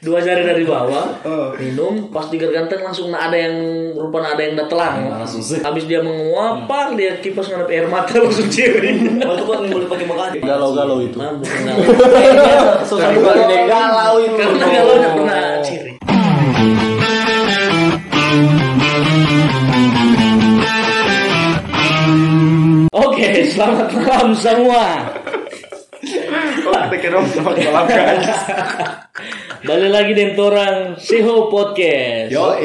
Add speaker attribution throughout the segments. Speaker 1: dua jari dari bawah
Speaker 2: Oh.
Speaker 1: minum pas digerganten langsung nah ada yang rupanya ada yang datelan
Speaker 3: langsung sih.
Speaker 1: habis dia menguap pak dia kipas ngadep air mata langsung ciring
Speaker 4: Oh, itu kan yang boleh pakai makanan.
Speaker 3: Galau-galau itu.
Speaker 1: nah bukan
Speaker 4: Susah juga
Speaker 3: Karena galau itu.
Speaker 1: karena kalau udah pernah ciring Oke, selamat malam semua.
Speaker 2: Oh, kita kira selamat malam
Speaker 4: kan?
Speaker 2: guys.
Speaker 1: Balik lagi dengan orang Siho Podcast.
Speaker 2: Yo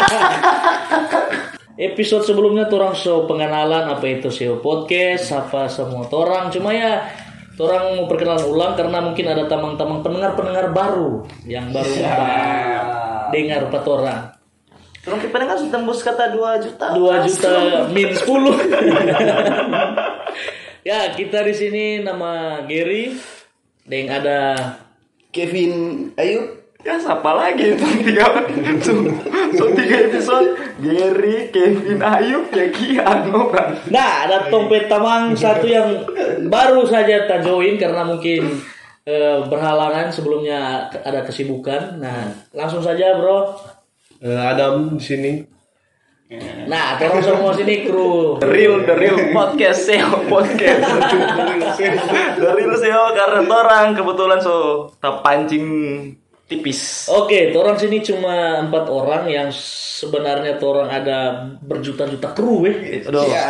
Speaker 1: Episode sebelumnya torang show pengenalan apa itu SEO podcast, apa semua torang. Cuma ya torang mau perkenalan ulang karena mungkin ada tamang-tamang pendengar-pendengar baru yang baru apa, dengar apa torang.
Speaker 4: Terus kita kan sudah tembus kata 2 juta.
Speaker 1: 2 juta min 10. ya, kita di sini nama Gary. Deng ada
Speaker 2: Kevin Ayub. Ya siapa lagi itu tiga so, so tiga episode Gary, Kevin Ayub, Jackie,
Speaker 4: Anu,
Speaker 2: Ano kan.
Speaker 1: Nah, ada Tompet Tamang satu yang baru saja tak join karena mungkin eh, berhalangan sebelumnya ada kesibukan. Nah, langsung saja bro.
Speaker 5: Eh, Adam di sini.
Speaker 1: Nah, tolong semua sini kru.
Speaker 4: The real, the real podcast SEO podcast. the real SEO karena orang kebetulan so terpancing tipis.
Speaker 1: Oke, orang sini cuma empat orang yang sebenarnya orang ada berjuta-juta kru eh.
Speaker 4: Aduh.
Speaker 3: Iya.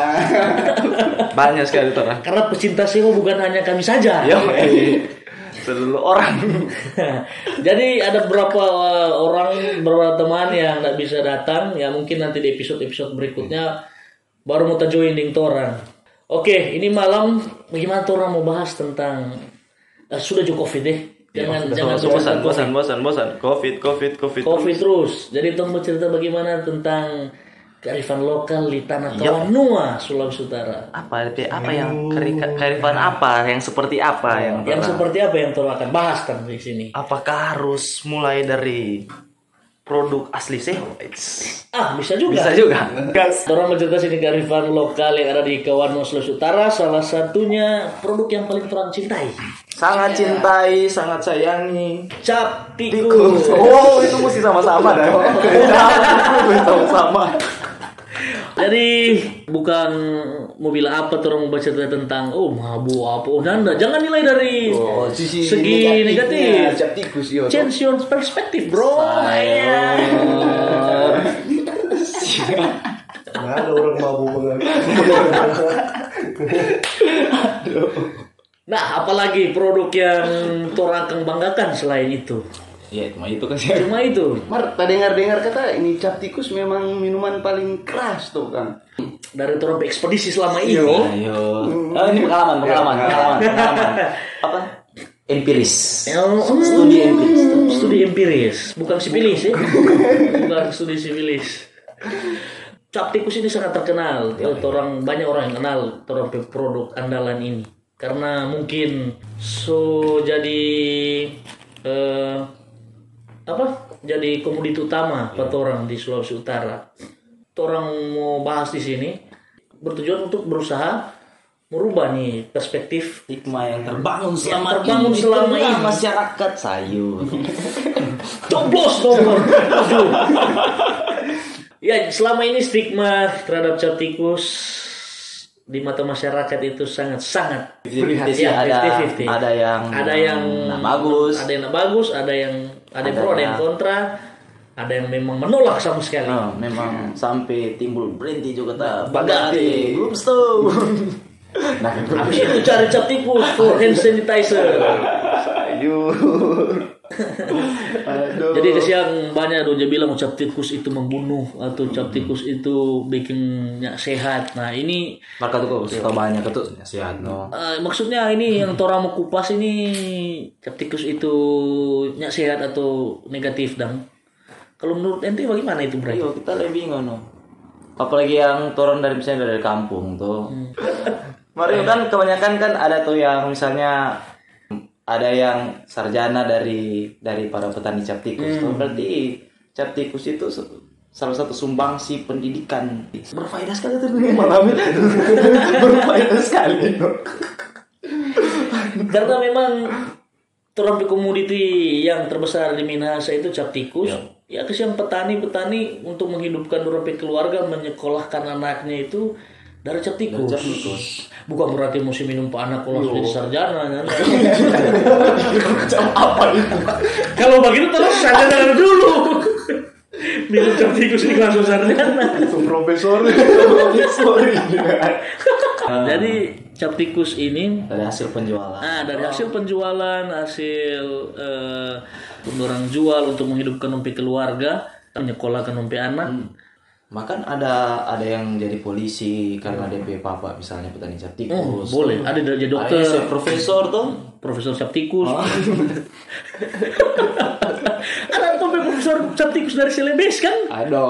Speaker 4: Banyak sekali orang.
Speaker 1: Karena pecinta SEO bukan hanya kami saja.
Speaker 4: Yo,
Speaker 3: Iya.
Speaker 4: eh. seluruh orang.
Speaker 1: Jadi ada beberapa uh, orang, beberapa teman yang tidak bisa datang, ya mungkin nanti di episode-episode berikutnya baru mau join ding torang. Oke, ini malam bagaimana torang mau bahas tentang eh, sudah cukup covid deh. Jangan jangan
Speaker 4: So, bosan,
Speaker 1: bosan-bosan.
Speaker 4: bosan, bosan, bosan. Covid, covid, covid.
Speaker 1: Covid terus. Jadi tolong mau cerita bagaimana tentang kearifan lokal di tanah Kawanua, Sulawesi Utara.
Speaker 4: Apa apa yang keri- kearifan apa yang seperti apa yang torang?
Speaker 1: Yang seperti apa yang torang akan bahas kan di sini?
Speaker 4: apakah harus mulai dari produk asli Seho? Eits.
Speaker 1: Ah, bisa juga.
Speaker 4: Bisa juga.
Speaker 1: Orang mencerita sini kearifan lokal yang ada di Kawanua Sulawesi Utara salah satunya produk yang paling orang cintai
Speaker 3: Iya.
Speaker 4: Sangat cintai, sangat sayangi.
Speaker 1: cap tikus
Speaker 4: Tikus. Oh, itu mesti sama-sama dah. sama-sama.
Speaker 1: jadi bukan mau bilang apa tuh orang mau baca cerita tentang oh mabu apa oh nanda jangan nilai dari
Speaker 2: Oh,
Speaker 1: segi negatif
Speaker 2: Cap tikus yo.
Speaker 1: change your perspective bro
Speaker 5: Nah, ada orang mabuk mengaku.
Speaker 1: nah apalagi produk yang orang akan banggakan selain itu
Speaker 3: Iya, cuma itu kan sih.
Speaker 1: cuma itu
Speaker 2: Mar, tak dengar-dengar kata ini cap tikus memang minuman paling keras tuh kan.
Speaker 1: dari orang ekspedisi selama ini
Speaker 3: Ayo. Oh, ini pengalaman, pengalaman,
Speaker 4: Iya.
Speaker 3: pengalaman, pengalaman. Apa? Empiris.
Speaker 1: Studi empiris. Studi empiris, bukan sipilis ya. bukan studi sipilis. Cap tikus ini sangat terkenal. Ya, orang banyak orang yang kenal orang pe- produk andalan ini karena mungkin so jadi eh, apa? Jadi komoditi utama buat orang di Sulawesi Utara. Orang mau bahas di sini bertujuan untuk berusaha merubah nih perspektif
Speaker 3: Stigma yang terbangun
Speaker 1: selama ini di tengah
Speaker 3: masyarakat sayur.
Speaker 1: Coblos dong. ya selama ini stigma terhadap cap tikus di mata masyarakat itu sangat sangat
Speaker 3: Jadi ada
Speaker 1: 50-50.
Speaker 3: ada yang
Speaker 1: ada yang
Speaker 3: nah, bagus.
Speaker 1: ada yang nggak bagus ada yang ada, yang
Speaker 3: Ada
Speaker 1: pro ada
Speaker 3: yang-
Speaker 1: yang kontra ada yang memang menolak sama sekali
Speaker 3: Oh, memang
Speaker 1: Iya.
Speaker 3: sampai timbul berhenti juga tak
Speaker 1: Bagari.
Speaker 3: bagari belum tahu. nah,
Speaker 1: habis itu cari cap tikus for hand sanitizer Jadi kesian banyak doja bilang cap tikus itu membunuh atau cap tikus itu bikinnya sehat. Nah ini
Speaker 3: maka tuh kok banyak Nah, tuh sehat no.
Speaker 1: Eh, maksudnya ini yang Tora mau kupas ini cap tikus itu nyak sehat atau negatif dang? Kalau menurut ente bagaimana itu Bray?
Speaker 4: Iya,
Speaker 3: Ayo kita lebih ngono. Apalagi yang turun dari misalnya dari kampung tuh. Mario kan kebanyakan kan ada tuh yang misalnya ada yang sarjana dari dari para petani cap tikus. Tuh, berarti cap tikus itu se- salah satu sumbangsi pendidikan.
Speaker 4: Berfaedah sekali tuh malam itu. Berfaedah sekali.
Speaker 1: Karena memang Terus di komoditi yang terbesar di Minahasa itu cap tikus. Ya, kesian petani-petani untuk menghidupkan dorong keluarga menyekolahkan anaknya itu dari cap tikus. Bukan berarti musim minum pak anak kalau sudah jadi sarjana. ya. nyata. Kalau begitu terus sarjana dulu. Minum cap tikus ini langsung sarjana.
Speaker 5: Itu profesor.
Speaker 1: Jadi cap tikus ini
Speaker 3: dari hasil penjualan
Speaker 1: Ah, dari hasil penjualan, hasil eh, orang jual untuk menghidupkan umpi keluarga, menyekolahkan umpi anak.
Speaker 3: Hmm. makan ada ada yang jadi polisi karena DP papa misalnya petani cap tikus
Speaker 1: Boleh, ada yang jadi Hmm.
Speaker 3: ada
Speaker 1: dokter,
Speaker 3: yang jadi profesor tuh
Speaker 1: profesor cap tikus.
Speaker 3: Ah.
Speaker 1: ada sampai profesor cap tikus dari Celebes kan?
Speaker 3: ada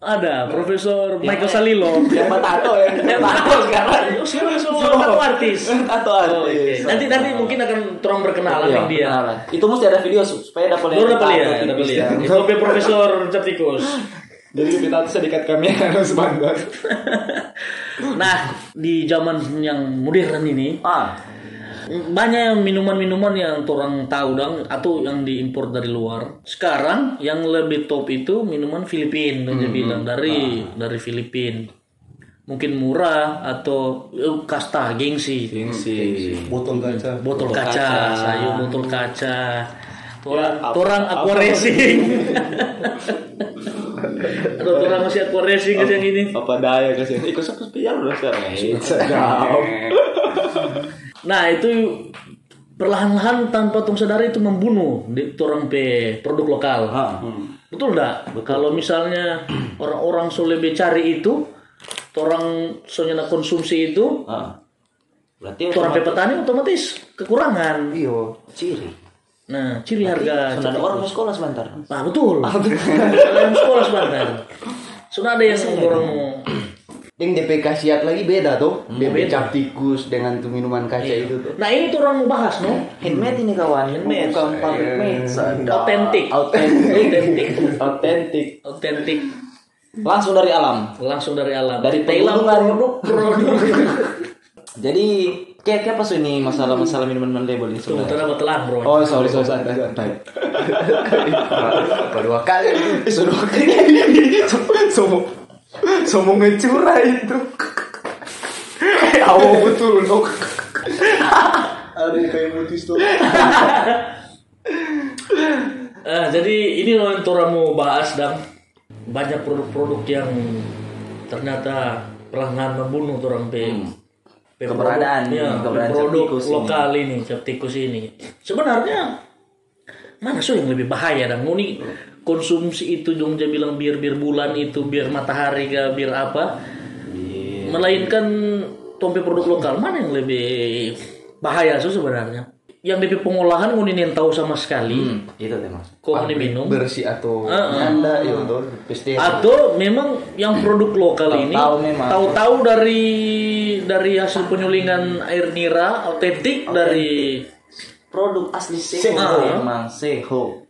Speaker 1: Ada profesor Michael Salilo.
Speaker 3: yang tato yang yang tato Iya, sekarang
Speaker 1: Oh, sekarang semua tato artis.
Speaker 3: tato
Speaker 2: Oh,
Speaker 3: artis
Speaker 1: Nanti nanti mungkin akan terang berkenalan
Speaker 3: Iya,
Speaker 1: dengan dia.
Speaker 3: kenalan. Iya, itu mesti ada video su- supaya dapat
Speaker 1: Lu udah beli ya,
Speaker 3: tato
Speaker 1: udah beli
Speaker 3: tipis
Speaker 1: ya.
Speaker 3: dan-
Speaker 1: Itu umpi profesor cap tikus.
Speaker 3: jadi lebih tato sedikit kami harus bangga
Speaker 1: nah di zaman yang modern ini
Speaker 3: ah
Speaker 1: banyak yang minuman-minuman yang orang tahu dong atau yang diimpor dari luar sekarang yang lebih top itu minuman Filipin aja bilang dari dari Filipin mungkin murah atau eh, kasta gengsi
Speaker 3: gengsi
Speaker 5: Botol kaca.
Speaker 1: botol, kaca, Ya, sayu botol kaca torang torang aqua racing ada torang masih aqua racing guys, yang ini
Speaker 3: apa daya kasih ikut satu piar udah sekarang
Speaker 1: Nah itu perlahan-lahan tanpa tung sadari itu membunuh di orang pe produk lokal. Betul nggak? Kalau misalnya orang-orang solebe cari itu, orang soalnya konsumsi itu,
Speaker 3: ah berarti
Speaker 1: orang pe petani otomatis kekurangan.
Speaker 3: Iya, ciri
Speaker 1: Nah ciri harga.
Speaker 3: Sudah ada orang Ah, mau sekolah sebentar
Speaker 1: Nah betul. Ada yang sekolah sebentar. Sudah ada yang orang mau
Speaker 2: Yang DP khasiat lagi beda tuh.
Speaker 3: Hmm,
Speaker 2: DP cap tikus dengan tuh minuman kaca itu tuh.
Speaker 1: Nah ini tuh orang mau bahas no.
Speaker 3: Iya. handmade ini kawan handmade Eh, bukan pabrik made
Speaker 1: Otentik.
Speaker 3: autentik autentik
Speaker 1: Otentik
Speaker 3: langsung dari alam
Speaker 1: langsung dari alam.
Speaker 3: dari
Speaker 1: Thailand.
Speaker 3: pegunungan jadi kayak kayak apa sih ini masalah masalah minuman label ini
Speaker 1: Tuh,
Speaker 3: sebenarnya
Speaker 1: tanah telan bro.
Speaker 3: oh sorry sorry santai santai
Speaker 2: Baru dua kali.
Speaker 3: sudah
Speaker 2: Sombong. Sombong ngecurah itu. Awal betul dong.
Speaker 5: Ada yang kayak mutis tuh.
Speaker 1: Eh, jadi ini loh yang Tora mau bahas dan banyak produk-produk yang ternyata perlahan membunuh orang pe, pe
Speaker 3: Hmm.
Speaker 1: produk,
Speaker 3: Keberadaan ini,
Speaker 1: ya, pe
Speaker 3: keberadaan cap
Speaker 1: produk
Speaker 3: tikus ini.
Speaker 1: lokal ini, cap tikus ini. Sebenarnya mana sih yang lebih bahaya dan nguni konsumsi itu dong dia bilang bir bir bulan itu bir matahari ke bir apa melainkan tompi produk lokal mana yang lebih bahaya sih sebenarnya yang lebih pengolahan nguni yang tahu sama sekali
Speaker 3: Hmm. itu tema
Speaker 1: kok mau diminum
Speaker 2: Bersih atau
Speaker 1: Heeh.
Speaker 2: nyanda ya tuh. Pasti.
Speaker 1: atau memang yang produk lokal ini
Speaker 3: Tahu-tahu memang.
Speaker 1: tahu-tahu dari dari hasil penyulingan air nira autentik dari
Speaker 3: produk asli Seho
Speaker 1: Seho.
Speaker 3: memang Seho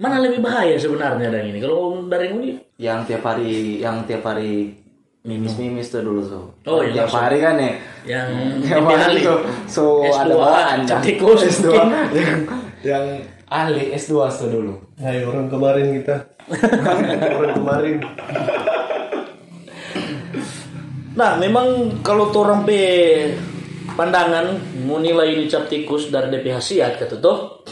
Speaker 1: mana lebih bahaya sebenarnya dari ini kalau dari ini
Speaker 3: yang tiap hari yang tiap hari mimis mimis tuh dulu so
Speaker 1: Oh, iya,
Speaker 3: tiap
Speaker 1: langsung.
Speaker 3: hari kan ya
Speaker 1: yang
Speaker 3: tiap hari so, so
Speaker 1: S2,
Speaker 3: ada bawaan
Speaker 1: cap
Speaker 3: kan?
Speaker 1: tikus.
Speaker 3: S2 yang
Speaker 5: Yang
Speaker 3: ahli S2 tuh dulu
Speaker 5: hai orang kemarin kita. orang kemarin.
Speaker 1: nah memang kalau orang pe pandangan menilai ini cap tikus dari DP hasiat kata toh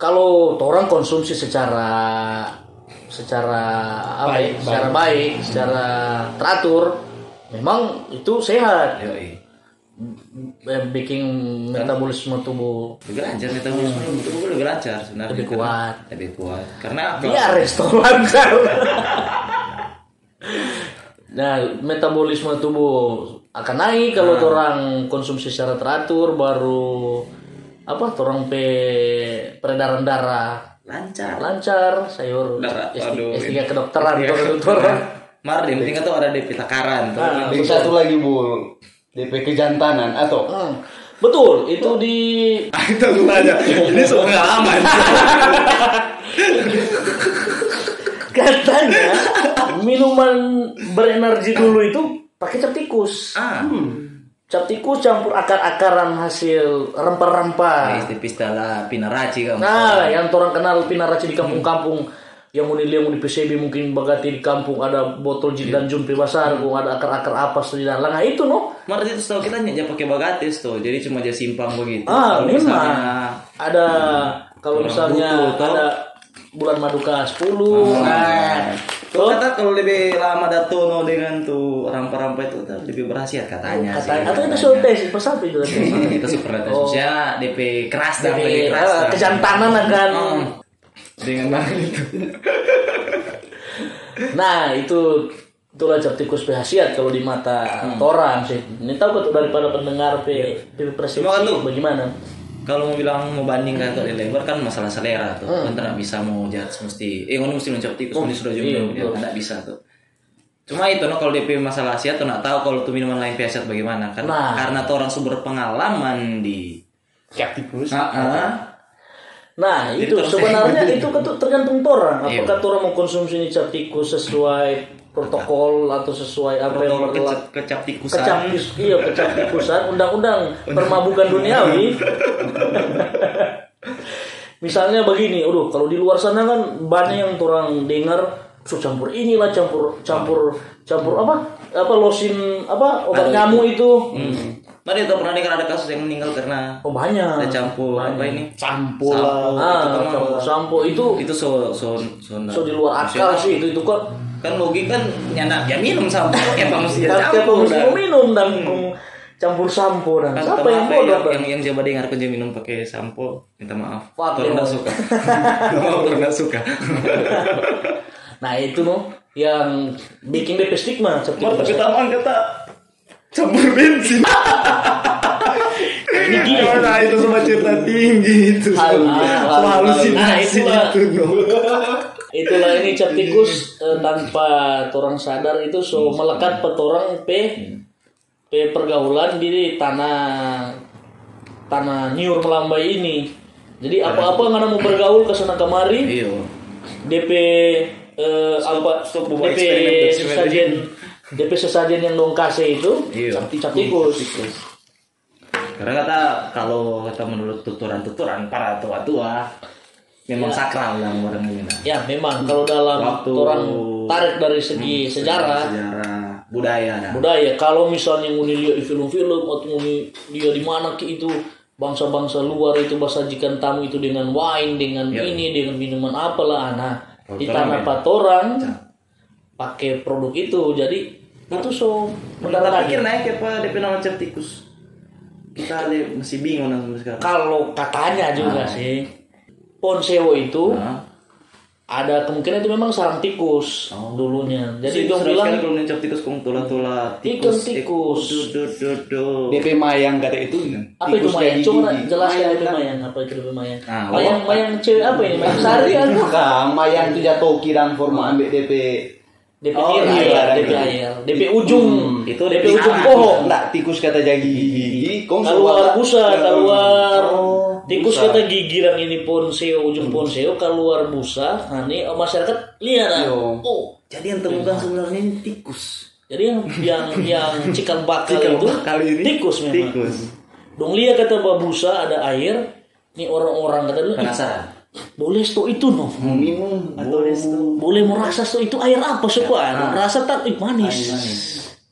Speaker 1: kalau orang konsumsi secara secara apa ya, secara baik, secara teratur memang itu sehat
Speaker 4: Yoi.
Speaker 1: Eh, bikin metabolisme tubuh
Speaker 4: Lebih lancar metabolisme
Speaker 3: Hmm.
Speaker 4: tubuh tubuh lebih lancar sebenarnya.
Speaker 1: Lebih
Speaker 4: Karena-
Speaker 1: kuat.
Speaker 4: Lebih kuat. Karena kalau
Speaker 1: dia ya restoran kan nah metabolisme tubuh akan naik kalau orang konsumsi secara teratur baru apa orang pe peredaran darah
Speaker 4: lancar.
Speaker 1: lancar sayur
Speaker 4: Darah,
Speaker 1: S3
Speaker 4: aduh. Iya.
Speaker 1: S3 kedokteran tuh, tuh, tuh.
Speaker 4: Mar yang penting tuh ada di pitakaran. tuh.
Speaker 1: Nah,
Speaker 3: Ah.
Speaker 2: Yang satu lagi bu. DP kejantanan atau
Speaker 1: hmm. betul itu di
Speaker 4: Itu gue aja. Ini semua pengalaman.
Speaker 1: katanya minuman berenergi dulu itu pakai cap tikus
Speaker 4: ah.
Speaker 1: Cap tikus campur akar-akaran hasil rempah-rempah.
Speaker 3: tipis dalam pinaraci kamu.
Speaker 1: Nah, yang orang kenal Pinaraci di kampung-kampung yang unik liang unik PCB mungkin bagati di kampung ada botol jin dan jumpi pasar, kung ada akar-akar apa di dalam. Nah, itu no.
Speaker 3: Mar itu setahu kita nyak pakai bagatis tuh. Jadi cuma aja simpang begitu.
Speaker 1: Ah,
Speaker 3: Kalau
Speaker 1: memang
Speaker 3: misalnya
Speaker 1: ada kalau
Speaker 3: Orang
Speaker 1: misalnya
Speaker 3: butuh, toh. Hmm.
Speaker 1: ada bulan maduka 10. Nah,
Speaker 3: Kalau
Speaker 1: toh,
Speaker 3: kata kalau lebih lama datono dengan tuh rampa-rampa itu tuh lebih berhasil katanya. sih.
Speaker 1: katanya atau itu soal tes pas apa itu tes?
Speaker 3: Itu super tes. Maksudnya DP keras dan
Speaker 1: Jadi,
Speaker 3: lebih keras.
Speaker 1: eh,
Speaker 3: dah.
Speaker 1: kejantanan akan
Speaker 3: gitu? Hmm. Dengan banget itu.
Speaker 1: Nah itu itulah cap tikus berhasiat kalau di mata
Speaker 3: Hmm.
Speaker 1: orang sih. Ini tahu kan daripada pendengar
Speaker 3: Iya.
Speaker 1: pe, pe persepsi
Speaker 3: Cuma kan tuh-
Speaker 1: bagaimana?
Speaker 3: Kalau mau bilang mau bandingkan atau lebar kan masalah selera tuh.
Speaker 1: Hmm.
Speaker 3: Kan tidak bisa mau judge mesti eh ngono mesti mencop tikus mesti sudah
Speaker 1: iya,
Speaker 3: jomblo
Speaker 1: betul.
Speaker 3: ya tidak bisa tuh. Cuma itu no kalau DP masalah Asia tuh nggak tahu kalau tuh minuman lain Asia bagaimana karena
Speaker 1: Nah.
Speaker 3: karena tuh orang sumber pengalaman di Ah,
Speaker 5: Cap tikus.
Speaker 3: Heeh.
Speaker 1: Nah itu
Speaker 3: terus-
Speaker 1: sebenarnya itu kan tuh tergantung orang.
Speaker 3: Iya.
Speaker 1: Apakah orang mau konsumsi ini cap tikus sesuai protokol atau sesuai apa yang
Speaker 3: Protokol
Speaker 1: berlaku?
Speaker 3: kecap, kecap tikusan.
Speaker 1: Kecap tikus, iya kecap tikusan, undang-undang permabukan duniawi. Misalnya begini, aduh kalau di luar sana kan banyak yang orang dengar so campur inilah campur campur campur apa apa losin apa obat
Speaker 3: Aduh,
Speaker 1: nyamuk itu
Speaker 3: Hmm. Mari tuh pernah dengar ada kasus yang meninggal karena
Speaker 1: oh banyak
Speaker 3: ada campur apa ini?
Speaker 5: Sampo
Speaker 3: Sampo.
Speaker 1: ah
Speaker 3: itu kan
Speaker 1: campur sampo itu
Speaker 3: Itu so so so,
Speaker 1: so di luar akal sih itu itu kok
Speaker 3: Kan logik kan nyandak ya minum sampo kayak mesti
Speaker 1: Kalau
Speaker 3: ada
Speaker 1: kan tiap
Speaker 3: campur.
Speaker 1: mesti
Speaker 3: dah. Hmm.
Speaker 1: minum dan campur sampo dan
Speaker 3: Kan
Speaker 1: siapa
Speaker 3: minta
Speaker 1: yang
Speaker 3: maaf ya,
Speaker 1: bodoh
Speaker 3: yang,
Speaker 1: dan?
Speaker 3: yang, yang coba dengar kerja minum pakai sampo minta maaf
Speaker 1: Fuck you.
Speaker 3: kalau nggak suka kalau nggak suka
Speaker 1: nah itu no yang bikin dia stigma seperti
Speaker 4: Mar, tapi
Speaker 1: itu.
Speaker 4: tamang kata campur bensin.
Speaker 1: ini gini
Speaker 5: Nah itu semua cerita tinggi itu.
Speaker 1: Hal- hal-
Speaker 5: Semua
Speaker 1: Nah,
Speaker 5: halusinasi
Speaker 1: itulah.
Speaker 5: itu. no.
Speaker 1: itulah ini cap tikus eh, tanpa orang sadar itu so melekat petorang p p pergaulan di tanah tanah Nyur Melambai ini jadi apa-apa karena mau bergaul ke sana kemari
Speaker 3: iya
Speaker 1: DP eh, apa DP sesajen DP sesajen yang dong kase itu
Speaker 3: Iya.
Speaker 1: cap cap tikus
Speaker 3: karena kata kalau kata menurut tuturan-tuturan para tua-tua memang sakral yang orang ini nah.
Speaker 1: ya memang kalau dalam
Speaker 3: Waktu- Hmm,
Speaker 1: orang tarik dari segi sejarah
Speaker 3: sejarah budaya nah.
Speaker 1: budaya ya, kalau misalnya nguni lihat di film-film atau nguni dia di mana ke itu bangsa-bangsa luar itu masajikan tamu itu dengan wine dengan ini dengan minuman apalah nah di tanah patoran pakai produk itu jadi itu so
Speaker 3: Kita
Speaker 1: mendadak
Speaker 3: pikir naik apa DP nama cap tikus kita ada- masih bingung nah sampai sekarang
Speaker 1: kalau katanya juga sih Ponsewo itu
Speaker 3: Nah.
Speaker 1: ada kemungkinan itu memang sarang tikus dulunya. Jadi dia
Speaker 3: Serius
Speaker 1: Kan bilang
Speaker 3: sekali kalau nencap tikus kong tula-tula
Speaker 1: Ikan tikus.
Speaker 3: eh, Du- du- du- du.
Speaker 2: DP mayang kata itu
Speaker 1: apa itu
Speaker 2: tikus
Speaker 1: mayang?
Speaker 2: gigi.
Speaker 1: Coba jelaskan
Speaker 2: Mayang
Speaker 1: itu
Speaker 2: kan?
Speaker 1: mayang apa itu lebih mayang?
Speaker 3: Ah,
Speaker 1: mayang mayang cewek apa ini? Mayang sari kan?
Speaker 2: Bukan, mayang itu jatuh kirang
Speaker 1: Hmm.
Speaker 2: forma ambil DP
Speaker 1: DP
Speaker 2: Oh,
Speaker 1: air,
Speaker 2: iya,
Speaker 1: DP
Speaker 2: iya.
Speaker 1: air, DP ujung,
Speaker 3: Itu
Speaker 1: DP
Speaker 3: DP
Speaker 1: ujung
Speaker 3: tangan.
Speaker 1: pohon.
Speaker 2: Enggak, Hmm. tikus kata jagi gigi, Hmm. kong
Speaker 1: Keluar
Speaker 2: suara-
Speaker 1: busa, keluar
Speaker 2: Oh,
Speaker 1: tikus
Speaker 2: busa.
Speaker 1: kata gigi dan ini ponseo ujung ponseo keluar busa. Nah ini masyarakat lihat ah.
Speaker 2: Yo.
Speaker 1: Oh,
Speaker 3: Jadi yang temukan sebenarnya ini tikus.
Speaker 1: Jadi yang yang yang cikal bakal itu tikus memang. Tikus. Dong lihat kata babusa ada air. Nih orang-orang kata dulu, "Ih,
Speaker 3: Penasaran?
Speaker 1: boleh sto itu no.
Speaker 2: Mau minum atau restu.
Speaker 1: Boleh merasa sto itu air apa suka? Rasa tak ih, manis.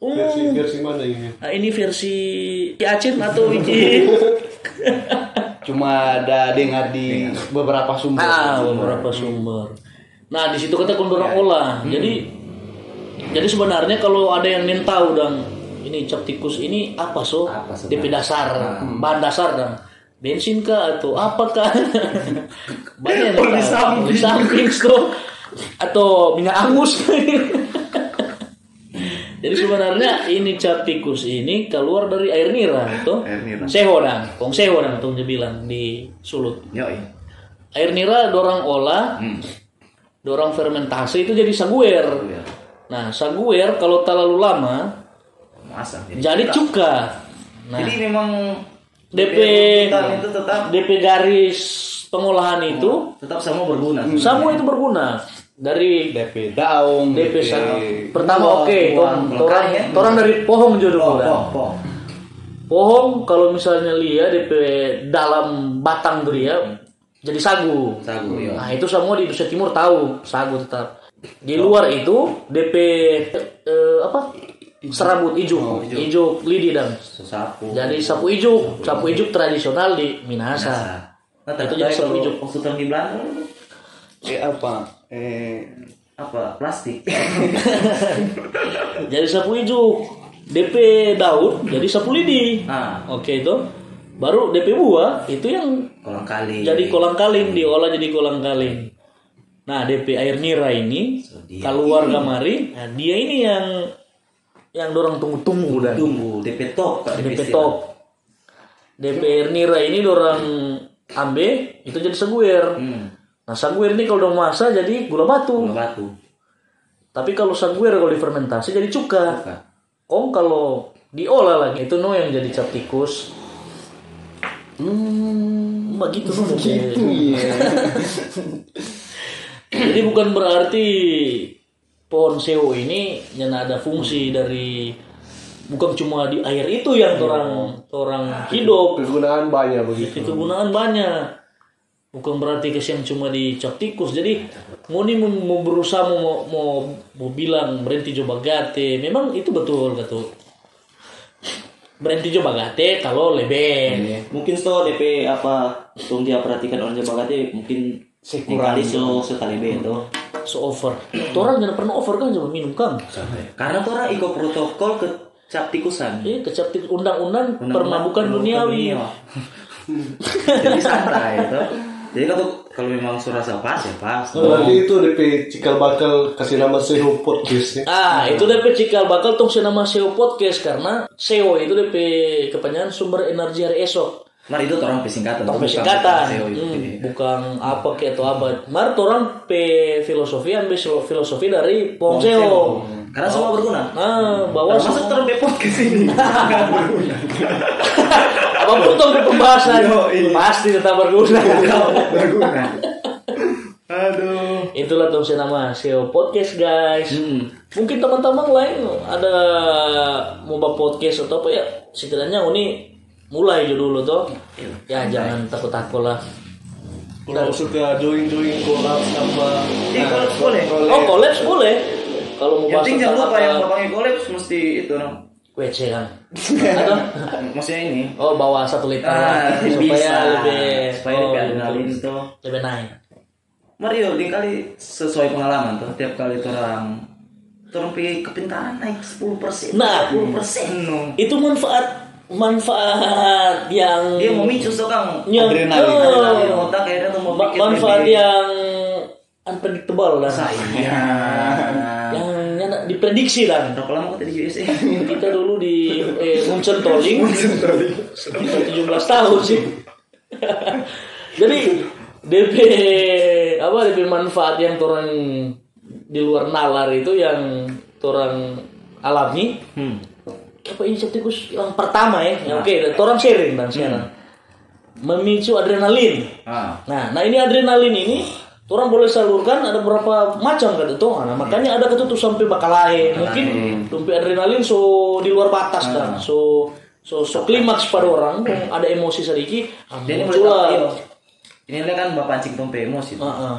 Speaker 1: Hmm.
Speaker 5: Versi versi mana ini?
Speaker 1: Nah, ini versi Ki Acin atau Wiki?
Speaker 2: Cuma ada dengar di beberapa sumber.
Speaker 1: ah, beberapa sumber. Nah, di situ kata kondorong olah. Jadi jadi sebenarnya kalau ada yang ingin tahu dan ini cap tikus ini apa so? DP dasar, bahan dasar dan bensin kah atau apakah? Banyak yang tahu. Oli samping so. atau minyak angus. Jadi sebenarnya ini cap tikus ini keluar dari air nira, tuh.
Speaker 3: Air nira.
Speaker 1: Seho dan, kong seho dan, tuh dia bilang di sulut
Speaker 3: Yoi.
Speaker 1: air nira dorang olah
Speaker 3: Hmm.
Speaker 1: dorang fermentasi itu jadi saguer nah saguer kalau terlalu lama
Speaker 3: Masa. Jadi,
Speaker 1: jadi cuka nah
Speaker 3: jadi memang
Speaker 1: DP
Speaker 3: tuntutan itu tetap
Speaker 1: DP garis pengolahan itu
Speaker 3: tetap sama berguna.
Speaker 1: semua itu berguna dari
Speaker 2: DP daun,
Speaker 1: DP sa- pertama
Speaker 2: buah,
Speaker 1: oke
Speaker 2: buah,
Speaker 1: torang
Speaker 3: melengkap,
Speaker 1: torang
Speaker 3: ya.
Speaker 1: torang dari pohon jodoh
Speaker 3: Po, po,
Speaker 1: orang
Speaker 3: po.
Speaker 1: Pohon kalau misalnya lia DP dalam batang tuh dia
Speaker 3: Hmm.
Speaker 1: jadi sagu.
Speaker 3: Sagu, iya.
Speaker 1: Nah itu semua di Indonesia Timur tahu sagu tetap. Di luar itu DP eh, apa? Serabut ijuk, ijuk lidi dan.
Speaker 3: sesapu
Speaker 1: Jadi sapu ijuk, sapu ijuk tradisional di Minahasa.
Speaker 3: nah
Speaker 1: Itu
Speaker 3: ternyata
Speaker 1: jadi
Speaker 3: kalau
Speaker 1: hijau.
Speaker 3: konsultan di Belanda
Speaker 2: Eh apa? Eh
Speaker 3: apa plastik
Speaker 1: Jadi sapu ijuk, DP daun, jadi sapu lidi.
Speaker 3: ah
Speaker 1: Oke itu. Baru DP buah itu yang
Speaker 3: kolang kali
Speaker 1: jadi kolang kaling diolah jadi kolang kaling nah DP air nira ini
Speaker 3: dia-
Speaker 1: keluar kamari nah dia ini yang yang dorong tunggu-tunggu dan
Speaker 3: tunggu DP top ya? Pak,
Speaker 1: DP
Speaker 3: istilah.
Speaker 1: top DP air nira ini dorong ambe itu jadi seguir
Speaker 3: hmm.
Speaker 1: nah seguir ini kalau udah masa jadi gula batu
Speaker 3: gula batu
Speaker 1: tapi kalau seguir kalau difermentasi jadi cuka
Speaker 3: Bukan.
Speaker 1: om kalau diolah lagi itu no yang jadi cap tikus hmm begitu no gitu. Jadi bukan berarti pohon seo ini yang ada fungsi dari bukan cuma di air itu yang orang orang hidup
Speaker 5: Kegunaan banyak begitu.
Speaker 1: itu gunaan banyak bukan berarti kesian cuma di cap tikus jadi mau nih mau, mau berusaha mau, mau mau mau bilang berhenti coba gate memang itu betul betul berhenti coba gate kalau lebih
Speaker 3: mungkin so DP apa tong dia perhatikan orang Jawa tadi mungkin sekali so sekali beto
Speaker 1: so over orang jangan pernah over kan cuma minum kan
Speaker 3: karena tuh orang ikut protokol ke cap tikusan
Speaker 1: Iya, kecap tikus undang-undang
Speaker 3: Undang-undang
Speaker 1: permabukan
Speaker 3: permabukan
Speaker 1: duniawi.
Speaker 3: dunia. jadi santai itu jadi kalau kalau memang surasa pas ya pas
Speaker 1: Oh, iya.
Speaker 5: Berarti itu DP cikal bakal kasih nama Seho Podcast ya.
Speaker 1: Ah, itu DP cikal bakal tong nama SEO podcast karena SEO itu DP kepanjangan sumber energi hari esok.
Speaker 3: Mar Nah, itu orang pesingkatan.
Speaker 1: Tapi
Speaker 3: bukan
Speaker 1: singkatan,
Speaker 3: SEO itu.
Speaker 1: hmm, bukan apa kayak atau apa. Mar orang pe filosofi ambil silo- filosofi dari pom SEO.
Speaker 3: Karena semua berguna.
Speaker 1: Nah, bahwa
Speaker 3: Termasuk
Speaker 1: semua-
Speaker 3: term podcast ini.
Speaker 1: apapun tong di pembahasan pasti tetap berguna.
Speaker 4: berguna. Aduh.
Speaker 1: Itulah tong nama SEO podcast guys. Mungkin teman-teman lain ada mau buat podcast atau apa ya setidaknya ini mulai aja dulu toh. Ya jangan takut-takut lah.
Speaker 5: Kalau suka join-join collab sama
Speaker 4: Ih,
Speaker 5: eh,
Speaker 4: kalau boleh.
Speaker 1: Oh, kolaps boleh. Kalau mau
Speaker 4: Yang
Speaker 1: bahas
Speaker 4: penting jangan
Speaker 1: tentang
Speaker 4: lupa
Speaker 1: apa,
Speaker 4: yang bapaknya kolaps mesti itu no.
Speaker 1: WC kan. Atau
Speaker 4: Maksudnya ini.
Speaker 1: oh bawa satu liter
Speaker 4: Ah,
Speaker 1: lah, supaya
Speaker 4: bisa.
Speaker 1: lebih
Speaker 3: Supaya
Speaker 1: oh,
Speaker 3: lebih adrenalin
Speaker 1: lebih-
Speaker 3: tuh.
Speaker 1: lebih naik.
Speaker 3: Mario, lain kali sesuai pengalaman tuh tiap kali orang orang pergi kepintaran naik 10 persen.
Speaker 1: Nah.
Speaker 3: 10 persen. No.
Speaker 1: Itu manfaat manfaat yang
Speaker 3: Dia mau micu so kang.
Speaker 1: yang
Speaker 2: adrenalin,
Speaker 1: Oh,
Speaker 3: Adrenalin otak akhirnya tuh mau
Speaker 1: ma-
Speaker 3: pikir
Speaker 1: manfaat
Speaker 3: lebih.
Speaker 1: yang unpredictable lah.
Speaker 3: Iya.
Speaker 1: yang yang diprediksi lah.
Speaker 3: Berapa lama kita di USA?
Speaker 1: kita dulu di eh, Munchen Toling sekitar 17 tahun sih jadi DP apa DP manfaat yang orang di luar nalar itu yang orang alami
Speaker 3: Hmm.
Speaker 1: apa ini tikus yang pertama ya, Ya, oke dan orang sharing dan sharing memicu adrenalin
Speaker 3: Ah.
Speaker 1: Nah, nah ini adrenalin ini orang boleh salurkan ada berapa macam kan itu. Nah, makanya ada ketutup sampai bakal lain. Mungkin sampai adrenalin so di luar batas kan.
Speaker 3: Nah.
Speaker 1: So so, so klimaks pada orang kung ada emosi sedikit ah,
Speaker 3: Dia ini
Speaker 1: muncul
Speaker 3: boleh tahu,
Speaker 1: lah.
Speaker 3: yo. Ini dia kan bapak pancing tompe emosi. tuh.
Speaker 1: Ah, ah.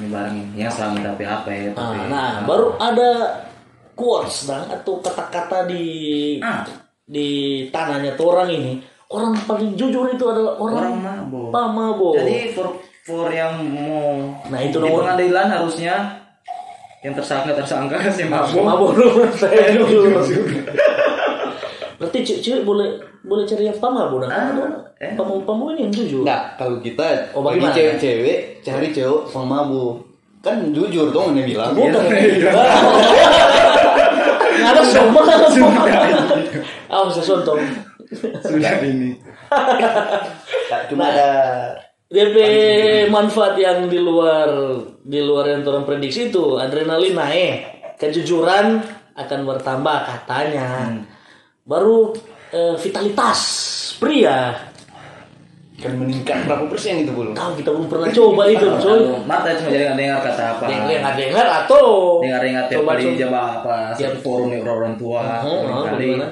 Speaker 3: Ini barang yang selama tapi apa ya?
Speaker 1: Ah,
Speaker 3: tapi-
Speaker 1: nah, baru ada quotes nah, atau kata-kata di
Speaker 3: Ah.
Speaker 1: di tanahnya tuh orang ini. Orang paling jujur itu adalah orang,
Speaker 3: orang mabok.
Speaker 1: pamabo.
Speaker 3: Jadi for for yang mau
Speaker 1: Oh. Nah, itu
Speaker 3: di
Speaker 1: nomor-
Speaker 3: pengadilan harusnya yang tersangka tersangka si mabok.
Speaker 1: Mabok dulu, saya jujur. Berarti cewek boleh boleh cari yang pamabo dan
Speaker 3: Ah, eh.
Speaker 1: pamabo pamabo ini yang jujur.
Speaker 2: Enggak, kalau kita
Speaker 1: Oh,
Speaker 2: bagi
Speaker 1: bagaimana?
Speaker 2: cewek-cewek cari cewek pemabu. Kan jujur dong ini bilang.
Speaker 1: Bukan. Nggak ada semua nggak ada semua. Ah, bisa sontong.
Speaker 4: Sudah ini.
Speaker 1: Nah.
Speaker 2: Cuma ada
Speaker 1: DP manfaat yang di luar di luar yang orang prediksi itu adrenalin naik, kejujuran akan bertambah katanya. Baru eh, vitalitas pria.
Speaker 2: kan meningkat berapa persen itu belum?
Speaker 1: Tahu kita belum pernah coba itu, coy.
Speaker 3: Mata cuma jadi nggak dengar kata apa.
Speaker 1: Yang dengar dengar atau
Speaker 3: Dengar dengar tiap
Speaker 1: Iya, coba Iya,
Speaker 3: kali
Speaker 1: coba.
Speaker 3: jawab apa
Speaker 1: Tiap-
Speaker 3: satu forum ya orang tua.
Speaker 1: Oh,
Speaker 3: orang
Speaker 1: oh,
Speaker 3: kali
Speaker 1: bagaimana?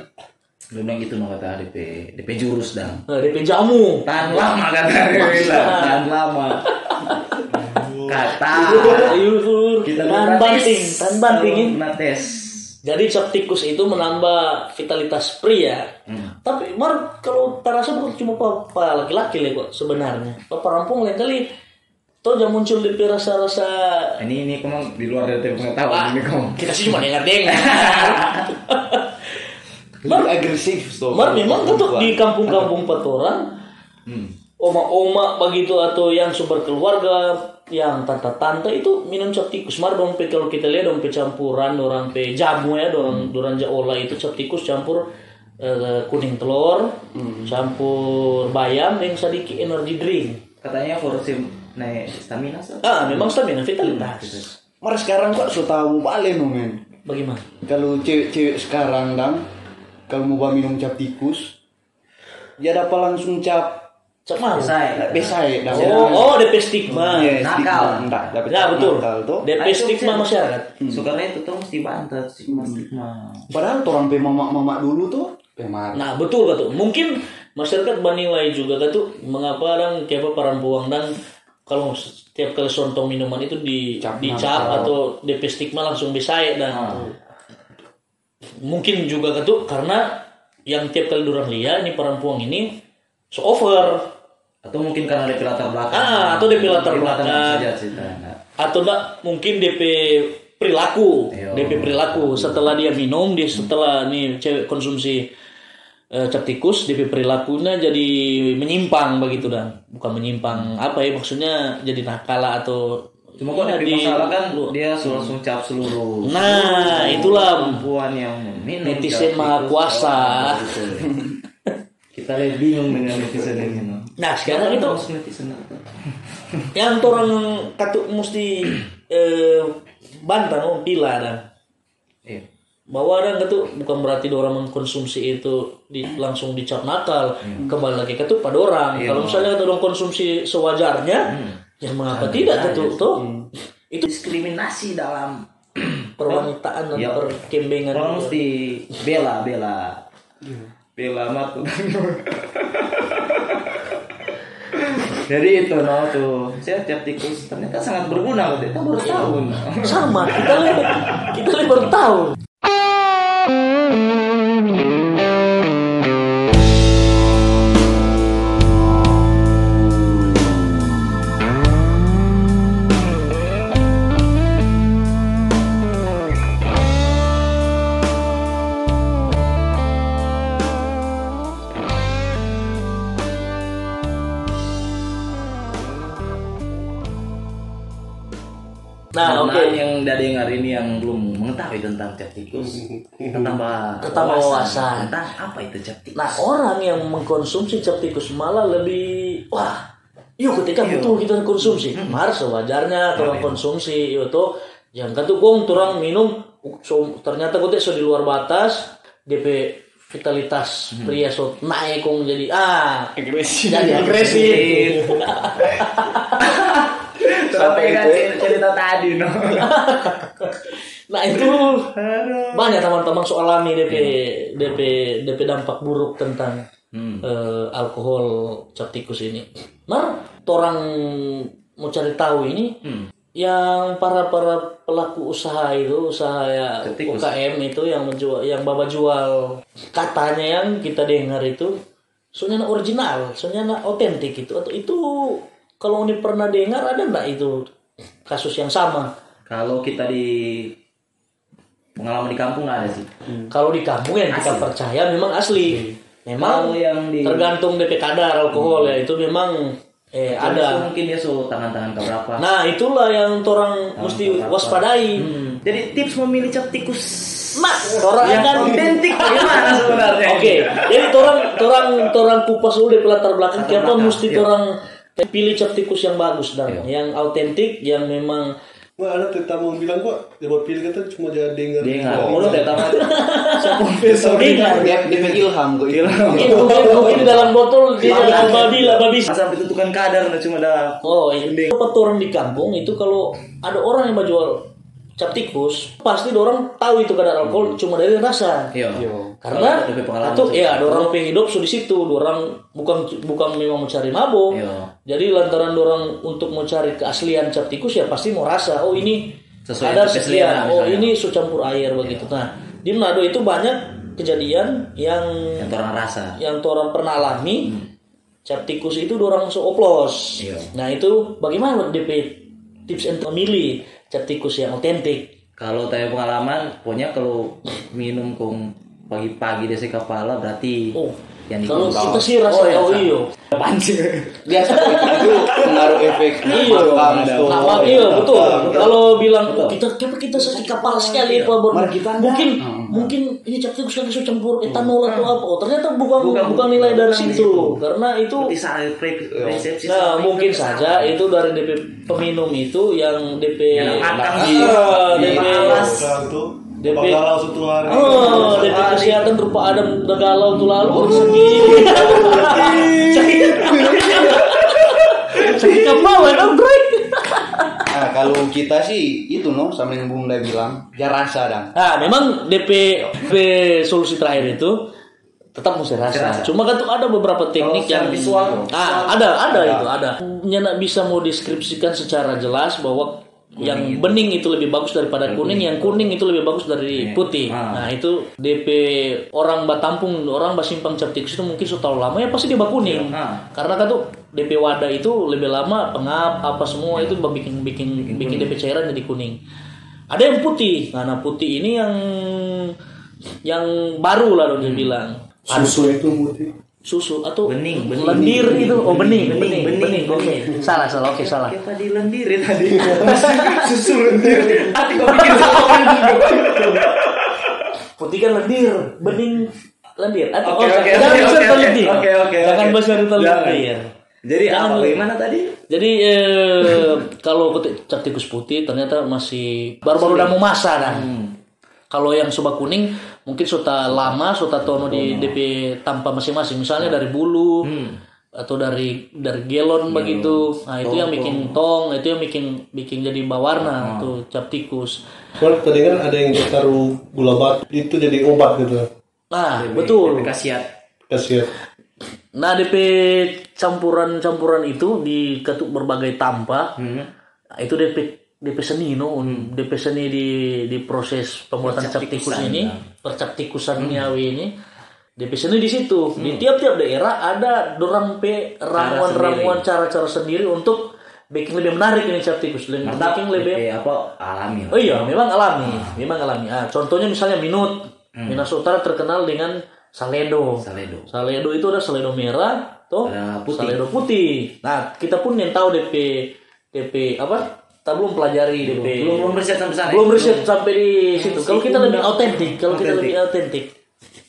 Speaker 3: Lu bilang gitu no kata DP, DP jurus dang.
Speaker 1: Nah, DP jamu.
Speaker 3: Tahan lama
Speaker 1: Iya.
Speaker 3: kata dia bilang, tahan lama. Kata
Speaker 1: Nah, iya, Yurur,
Speaker 3: kita
Speaker 1: tahan
Speaker 3: mau
Speaker 1: banting,
Speaker 3: nates.
Speaker 1: tahan banting.
Speaker 3: Kalau Nates.
Speaker 1: Jadi cap tikus itu menambah vitalitas pria.
Speaker 3: Hmm.
Speaker 1: Tapi Mar kalau terasa bukan cuma papa laki-laki lah kok sebenarnya. Papa rampung lain kali toh jangan muncul di rasa-rasa
Speaker 3: Ini ini kamu di luar dari teori pengetahuan ini kamu.
Speaker 1: kita sih cuma dengar dengar.
Speaker 2: Lebih agresif so.
Speaker 1: Mar memang untuk di kampung-kampung patoran
Speaker 2: Hmm.
Speaker 1: oma-oma begitu atau yang super keluarga yang tante-tante itu minum cap tikus mar dong pe kalau kita lihat dong pe campuran orang pe jamu ya
Speaker 2: Hmm.
Speaker 1: dorang dorang jaola itu cap tikus campur eh, kuning telur
Speaker 2: Hmm.
Speaker 1: campur bayam dan sedikit energy drink
Speaker 3: Katanya forsim naik stamina so.
Speaker 1: ah memang stamina
Speaker 2: Hmm.
Speaker 1: vitalitas
Speaker 2: Mar sekarang kok so tahu balik no men.
Speaker 1: bagaimana
Speaker 2: Kalau cewek-cewek sekarang dang kalau mau minum cap tikus dia dapat langsung cap Ya,
Speaker 1: cap mau
Speaker 3: Selesai.
Speaker 2: tak besai dah.
Speaker 1: oh oh DP stigma
Speaker 2: Yes,
Speaker 3: Nakal.
Speaker 2: stigma. Nggak, dapat
Speaker 1: ya betul
Speaker 2: Hmm. nakal tuh. Nah,
Speaker 1: DP
Speaker 3: Ayo,
Speaker 1: stigma
Speaker 3: Cep.
Speaker 1: masyarakat
Speaker 3: Sukarnya itu tuh mesti bantet, stigma stigma.
Speaker 2: Padahal orang pe mamak-mamak dulu tuh pe marah.
Speaker 1: Nah betul katu. Mungkin masyarakat baniwai juga katu. Mengapa orang kayak para buang dan kalau setiap kali sontong minuman itu dicap, dicap atau DP stigma langsung besai dan mungkin juga katu karena yang tiap kali orang lihat ini perempuan ini so over
Speaker 3: Atau mungkin karena DP latar belakang.
Speaker 1: Ah, atau DP latar
Speaker 3: Mungkin
Speaker 1: belakang.
Speaker 3: saja sih, nah.
Speaker 1: atau enggak mungkin DP perilaku
Speaker 3: Iya.
Speaker 1: DP perilaku setelah dia minum dia setelah nih cewek konsumsi eh, cap tikus DP perilakunya jadi menyimpang begitu dan bukan menyimpang apa ya maksudnya jadi nakala atau
Speaker 3: Cuma kok
Speaker 1: Ya,
Speaker 3: DP
Speaker 1: di-
Speaker 3: masalah kan dia langsung cap seluruh.
Speaker 1: nah itulah
Speaker 3: perempuan yang minum
Speaker 1: netizen
Speaker 3: cap
Speaker 1: maha
Speaker 3: tikus,
Speaker 1: kuasa.
Speaker 3: orang betul. Kita lihat bingung dengan netizen ini. no.
Speaker 1: nah sekarang itu
Speaker 3: Harus netizen apa?
Speaker 1: yang orang katuk mesti eh, bantah no, pila dan
Speaker 3: Iya.
Speaker 1: bahwa orang itu bukan berarti orang mengkonsumsi itu di- langsung dicap nakal
Speaker 3: Hmm.
Speaker 1: kembali lagi ke itu pada orang
Speaker 3: Iya.
Speaker 1: kalau misalnya kata orang konsumsi sewajarnya
Speaker 3: Hmm.
Speaker 1: ya mengapa tidak
Speaker 3: Iya,
Speaker 1: itu tuh itu
Speaker 3: Diskriminasi dalam
Speaker 1: perwanitaan dan
Speaker 3: Iya.
Speaker 1: perkembangan
Speaker 3: orang mesti bela bela bela matu jadi itu no tuh saya tiap tikus ternyata sangat berguna Iya, kita baru tahu no.
Speaker 1: sama kita lebar kita lebar tahu nah
Speaker 3: Karena
Speaker 1: oke
Speaker 3: yang udah dengar ini yang belum mengetahui tentang cap tikus tambah
Speaker 1: Ketambah wawasan.
Speaker 3: tentang apa itu cap tikus
Speaker 1: nah orang yang mengkonsumsi cap tikus malah lebih wah yuk ketika butuh kita konsumsi mar sewajarnya orang konsumsi yuk tuh yang katu gong orang minum so, ternyata kau so di luar batas DP vitalitas pria so naik kong jadi ah
Speaker 2: Agresif.
Speaker 1: jadi
Speaker 3: Iya.
Speaker 1: agresif
Speaker 3: sampai kan cerita tadi no
Speaker 1: nah itu banyak teman-teman soal alami DP DP DP dampak buruk tentang eh, alkohol cap tikus ini. Mar, orang mau cari tahu ini yang para para pelaku usaha itu usaha ya
Speaker 3: Cap tikus.
Speaker 1: UKM itu yang menjual yang bapak jual katanya yang kita dengar itu soalnya original, soalnya otentik itu atau itu kalau ini pernah dengar ada nggak itu kasus yang sama?
Speaker 3: kalau kita di pengalaman di kampung nggak ada sih
Speaker 1: Hmm. Kalau di kampung yang kita percaya memang asli. Memang
Speaker 3: Kalau yang di- Hmm.
Speaker 1: tergantung DP kadar alkohol ya itu memang eh ada.
Speaker 3: Terus mungkin dia so tangan-tangan keberapa
Speaker 1: Nah, itulah yang orang mesti waspadai.
Speaker 3: Jadi tips memilih cap tikus
Speaker 1: Nah, orang
Speaker 3: Hmm. yang
Speaker 1: akan
Speaker 3: otentik bagaimana sebenarnya?
Speaker 1: Oke, jadi orang orang orang kupas dulu DP latar belakang kenapa mesti
Speaker 3: iya.
Speaker 1: orang pilih cap tikus yang bagus dan yang autentik yang memang
Speaker 5: Wah, ada tetamu yang bilang kok, dia mau pilih kata cuma jangan dengar.
Speaker 3: Dia nggak mulut ya tamat.
Speaker 1: ringan.
Speaker 2: Dia dia pe ilham kok ilham.
Speaker 1: Mungkin mungkin mungkin di dalam botol dia
Speaker 3: Iya.
Speaker 1: dalam babi lah babi
Speaker 3: Masa itu tukang kadar nah, cuma ada
Speaker 1: Oh, iya. Petualang di kampung itu kalau ada orang yang mau jual cap tikus, pasti orang tahu itu kadar alkohol cuma dari rasa.
Speaker 3: Hmm. Iya.
Speaker 2: Yo.
Speaker 1: Karena
Speaker 3: Kalau lebih pengalaman
Speaker 1: itu
Speaker 3: sih.
Speaker 1: ya ada orang yang hidup so di situ, ada orang bukan bukan memang mencari mabuk.
Speaker 3: Iya.
Speaker 1: Jadi lantaran ada orang untuk mencari keaslian cap tikus ya pasti mau rasa oh ini
Speaker 3: Sesuai
Speaker 1: ada
Speaker 3: untuk
Speaker 1: sekian,
Speaker 3: keselera,
Speaker 1: oh
Speaker 3: misalnya. Iya.
Speaker 1: ini so campur air begitu. Nah di Manado itu banyak kejadian yang
Speaker 3: yang orang rasa
Speaker 1: yang orang pernah alami cap tikus itu orang so oplos.
Speaker 3: Iya.
Speaker 1: Nah itu bagaimana DP tips untuk memilih cap tikus yang otentik?
Speaker 3: kalau tanya pengalaman punya kalau minum kong pagi-pagi desi kepala berarti
Speaker 1: Oh,
Speaker 3: yang di
Speaker 1: kalau
Speaker 3: kong
Speaker 1: kita sih rasa
Speaker 3: Oh, iya,
Speaker 1: oh,
Speaker 3: sama.
Speaker 1: iyo.
Speaker 2: biasa itu pengaruh efek
Speaker 1: Iya,
Speaker 2: makam tuh.
Speaker 1: Nah, Bang, iya betul. Kalau bilang oh, kita coba kita sakit iya. kapal sekali apa baru mungkin mungkin ini cap tikus kan sudah campur etanol atau apa. Oh, ternyata bukan bukan, nilai dari situ. Karena itu
Speaker 3: bisa pre- resepsi
Speaker 1: nah mungkin saja itu dari DP peminum itu yang DP
Speaker 3: Yang matang.
Speaker 1: Iya, DP
Speaker 5: Satu,
Speaker 1: DP.
Speaker 5: bakal langsung tuh hari.
Speaker 1: Oh, DP kesehatan rupa Adam Degala untuk lalu oh, sakit. sakit. Sakit kapal ya, kan, Adam break.
Speaker 2: Nah, kalau kita sih itu no sama yang Bunda bilang, ya rasa dong.
Speaker 1: Nah, memang DP DP solusi terakhir itu tetap mesti rasa. Cuma kan tuh ada beberapa teknik
Speaker 3: secara
Speaker 1: yang
Speaker 3: visual,
Speaker 1: Ah, ada, ada itu, ada. Nya nak bisa mau deskripsikan secara jelas bahwa yang bening itu lebih bagus daripada kuning, yang kuning itu lebih bagus dari putih. Nah, itu DP orang Batampung, orang Basimpang cap tikus itu mungkin sudah terlalu lama ya pasti dia bak kuning.
Speaker 3: Ah.
Speaker 1: Karena kan tuh DP wadah itu lebih lama pengap apa semua itu bak- bikin Iya. bikin bikin DP cairan jadi kuning. Ada yang putih. Nah, nah putih ini yang yang baru lah dia bilang.
Speaker 5: Susu itu putih.
Speaker 1: Susu atau
Speaker 3: Bening, bening.
Speaker 1: lendir itu oh bening bening bening,
Speaker 3: bening,
Speaker 1: oke
Speaker 3: bening.
Speaker 1: salah salah oke salah
Speaker 3: kita dilendirin Ya, tadi
Speaker 5: Susu lendir.
Speaker 3: hati kau pikir sama
Speaker 1: putih kan lendir bening lendir atau
Speaker 3: Oke,
Speaker 1: oh,
Speaker 3: oke,
Speaker 1: jangan
Speaker 3: oke,
Speaker 1: besar
Speaker 3: oke,
Speaker 1: okay,
Speaker 3: oke. Oke, oke,
Speaker 1: jangan
Speaker 3: oke.
Speaker 1: besar itu
Speaker 3: Jangan. Iya.
Speaker 1: lendir
Speaker 3: jadi
Speaker 1: Jangan
Speaker 3: apa
Speaker 1: lu-
Speaker 3: gimana tadi
Speaker 1: jadi eh, kalau putih- cap tikus putih ternyata masih baru-baru udah mau masa kan. Kalau yang soba kuning mungkin sudah lama, sudah tono di DP tanpa masing-masing. Misalnya dari bulu atau dari dari gelon begitu. Nah itu yang bikin tong, itu yang bikin bikin jadi berwarna tuh cap tikus.
Speaker 5: Soalnya kadang ada yang taruh gula batu itu jadi obat gitu.
Speaker 1: Nah betul.
Speaker 3: kasihan
Speaker 5: Kasihan.
Speaker 1: Nah DP campuran-campuran itu di ketuk berbagai tampa.
Speaker 3: Hmm.
Speaker 1: Nah, Itu DP DP seni no, DP seni di di proses pembuatan cap Hmm. tikus ini, Hmm. percaptikusan Niawi ini. DP seni di situ. Di tiap-tiap daerah ada dorang pe ramuan-ramuan cara-cara sendiri untuk bikin lebih menarik ini cap tikus, lebih bikin lebih
Speaker 3: Eh, apa alami lah.
Speaker 1: Oh iya, memang alami, memang alami. Ah, contohnya misalnya Minut. Minas Utara terkenal dengan saledo.
Speaker 3: Saledo.
Speaker 1: Saledo itu ada saledo merah, toh
Speaker 3: Ada putih.
Speaker 1: saledo putih. Nah, kita pun yang tahu DP DP apa? Kita belum pelajari DP.
Speaker 3: belum belum riset sampai sana ya?
Speaker 1: Belum riset sampai di situ. Kalau kita lebih autentik, kalau kita
Speaker 3: Autentik.
Speaker 1: lebih autentik.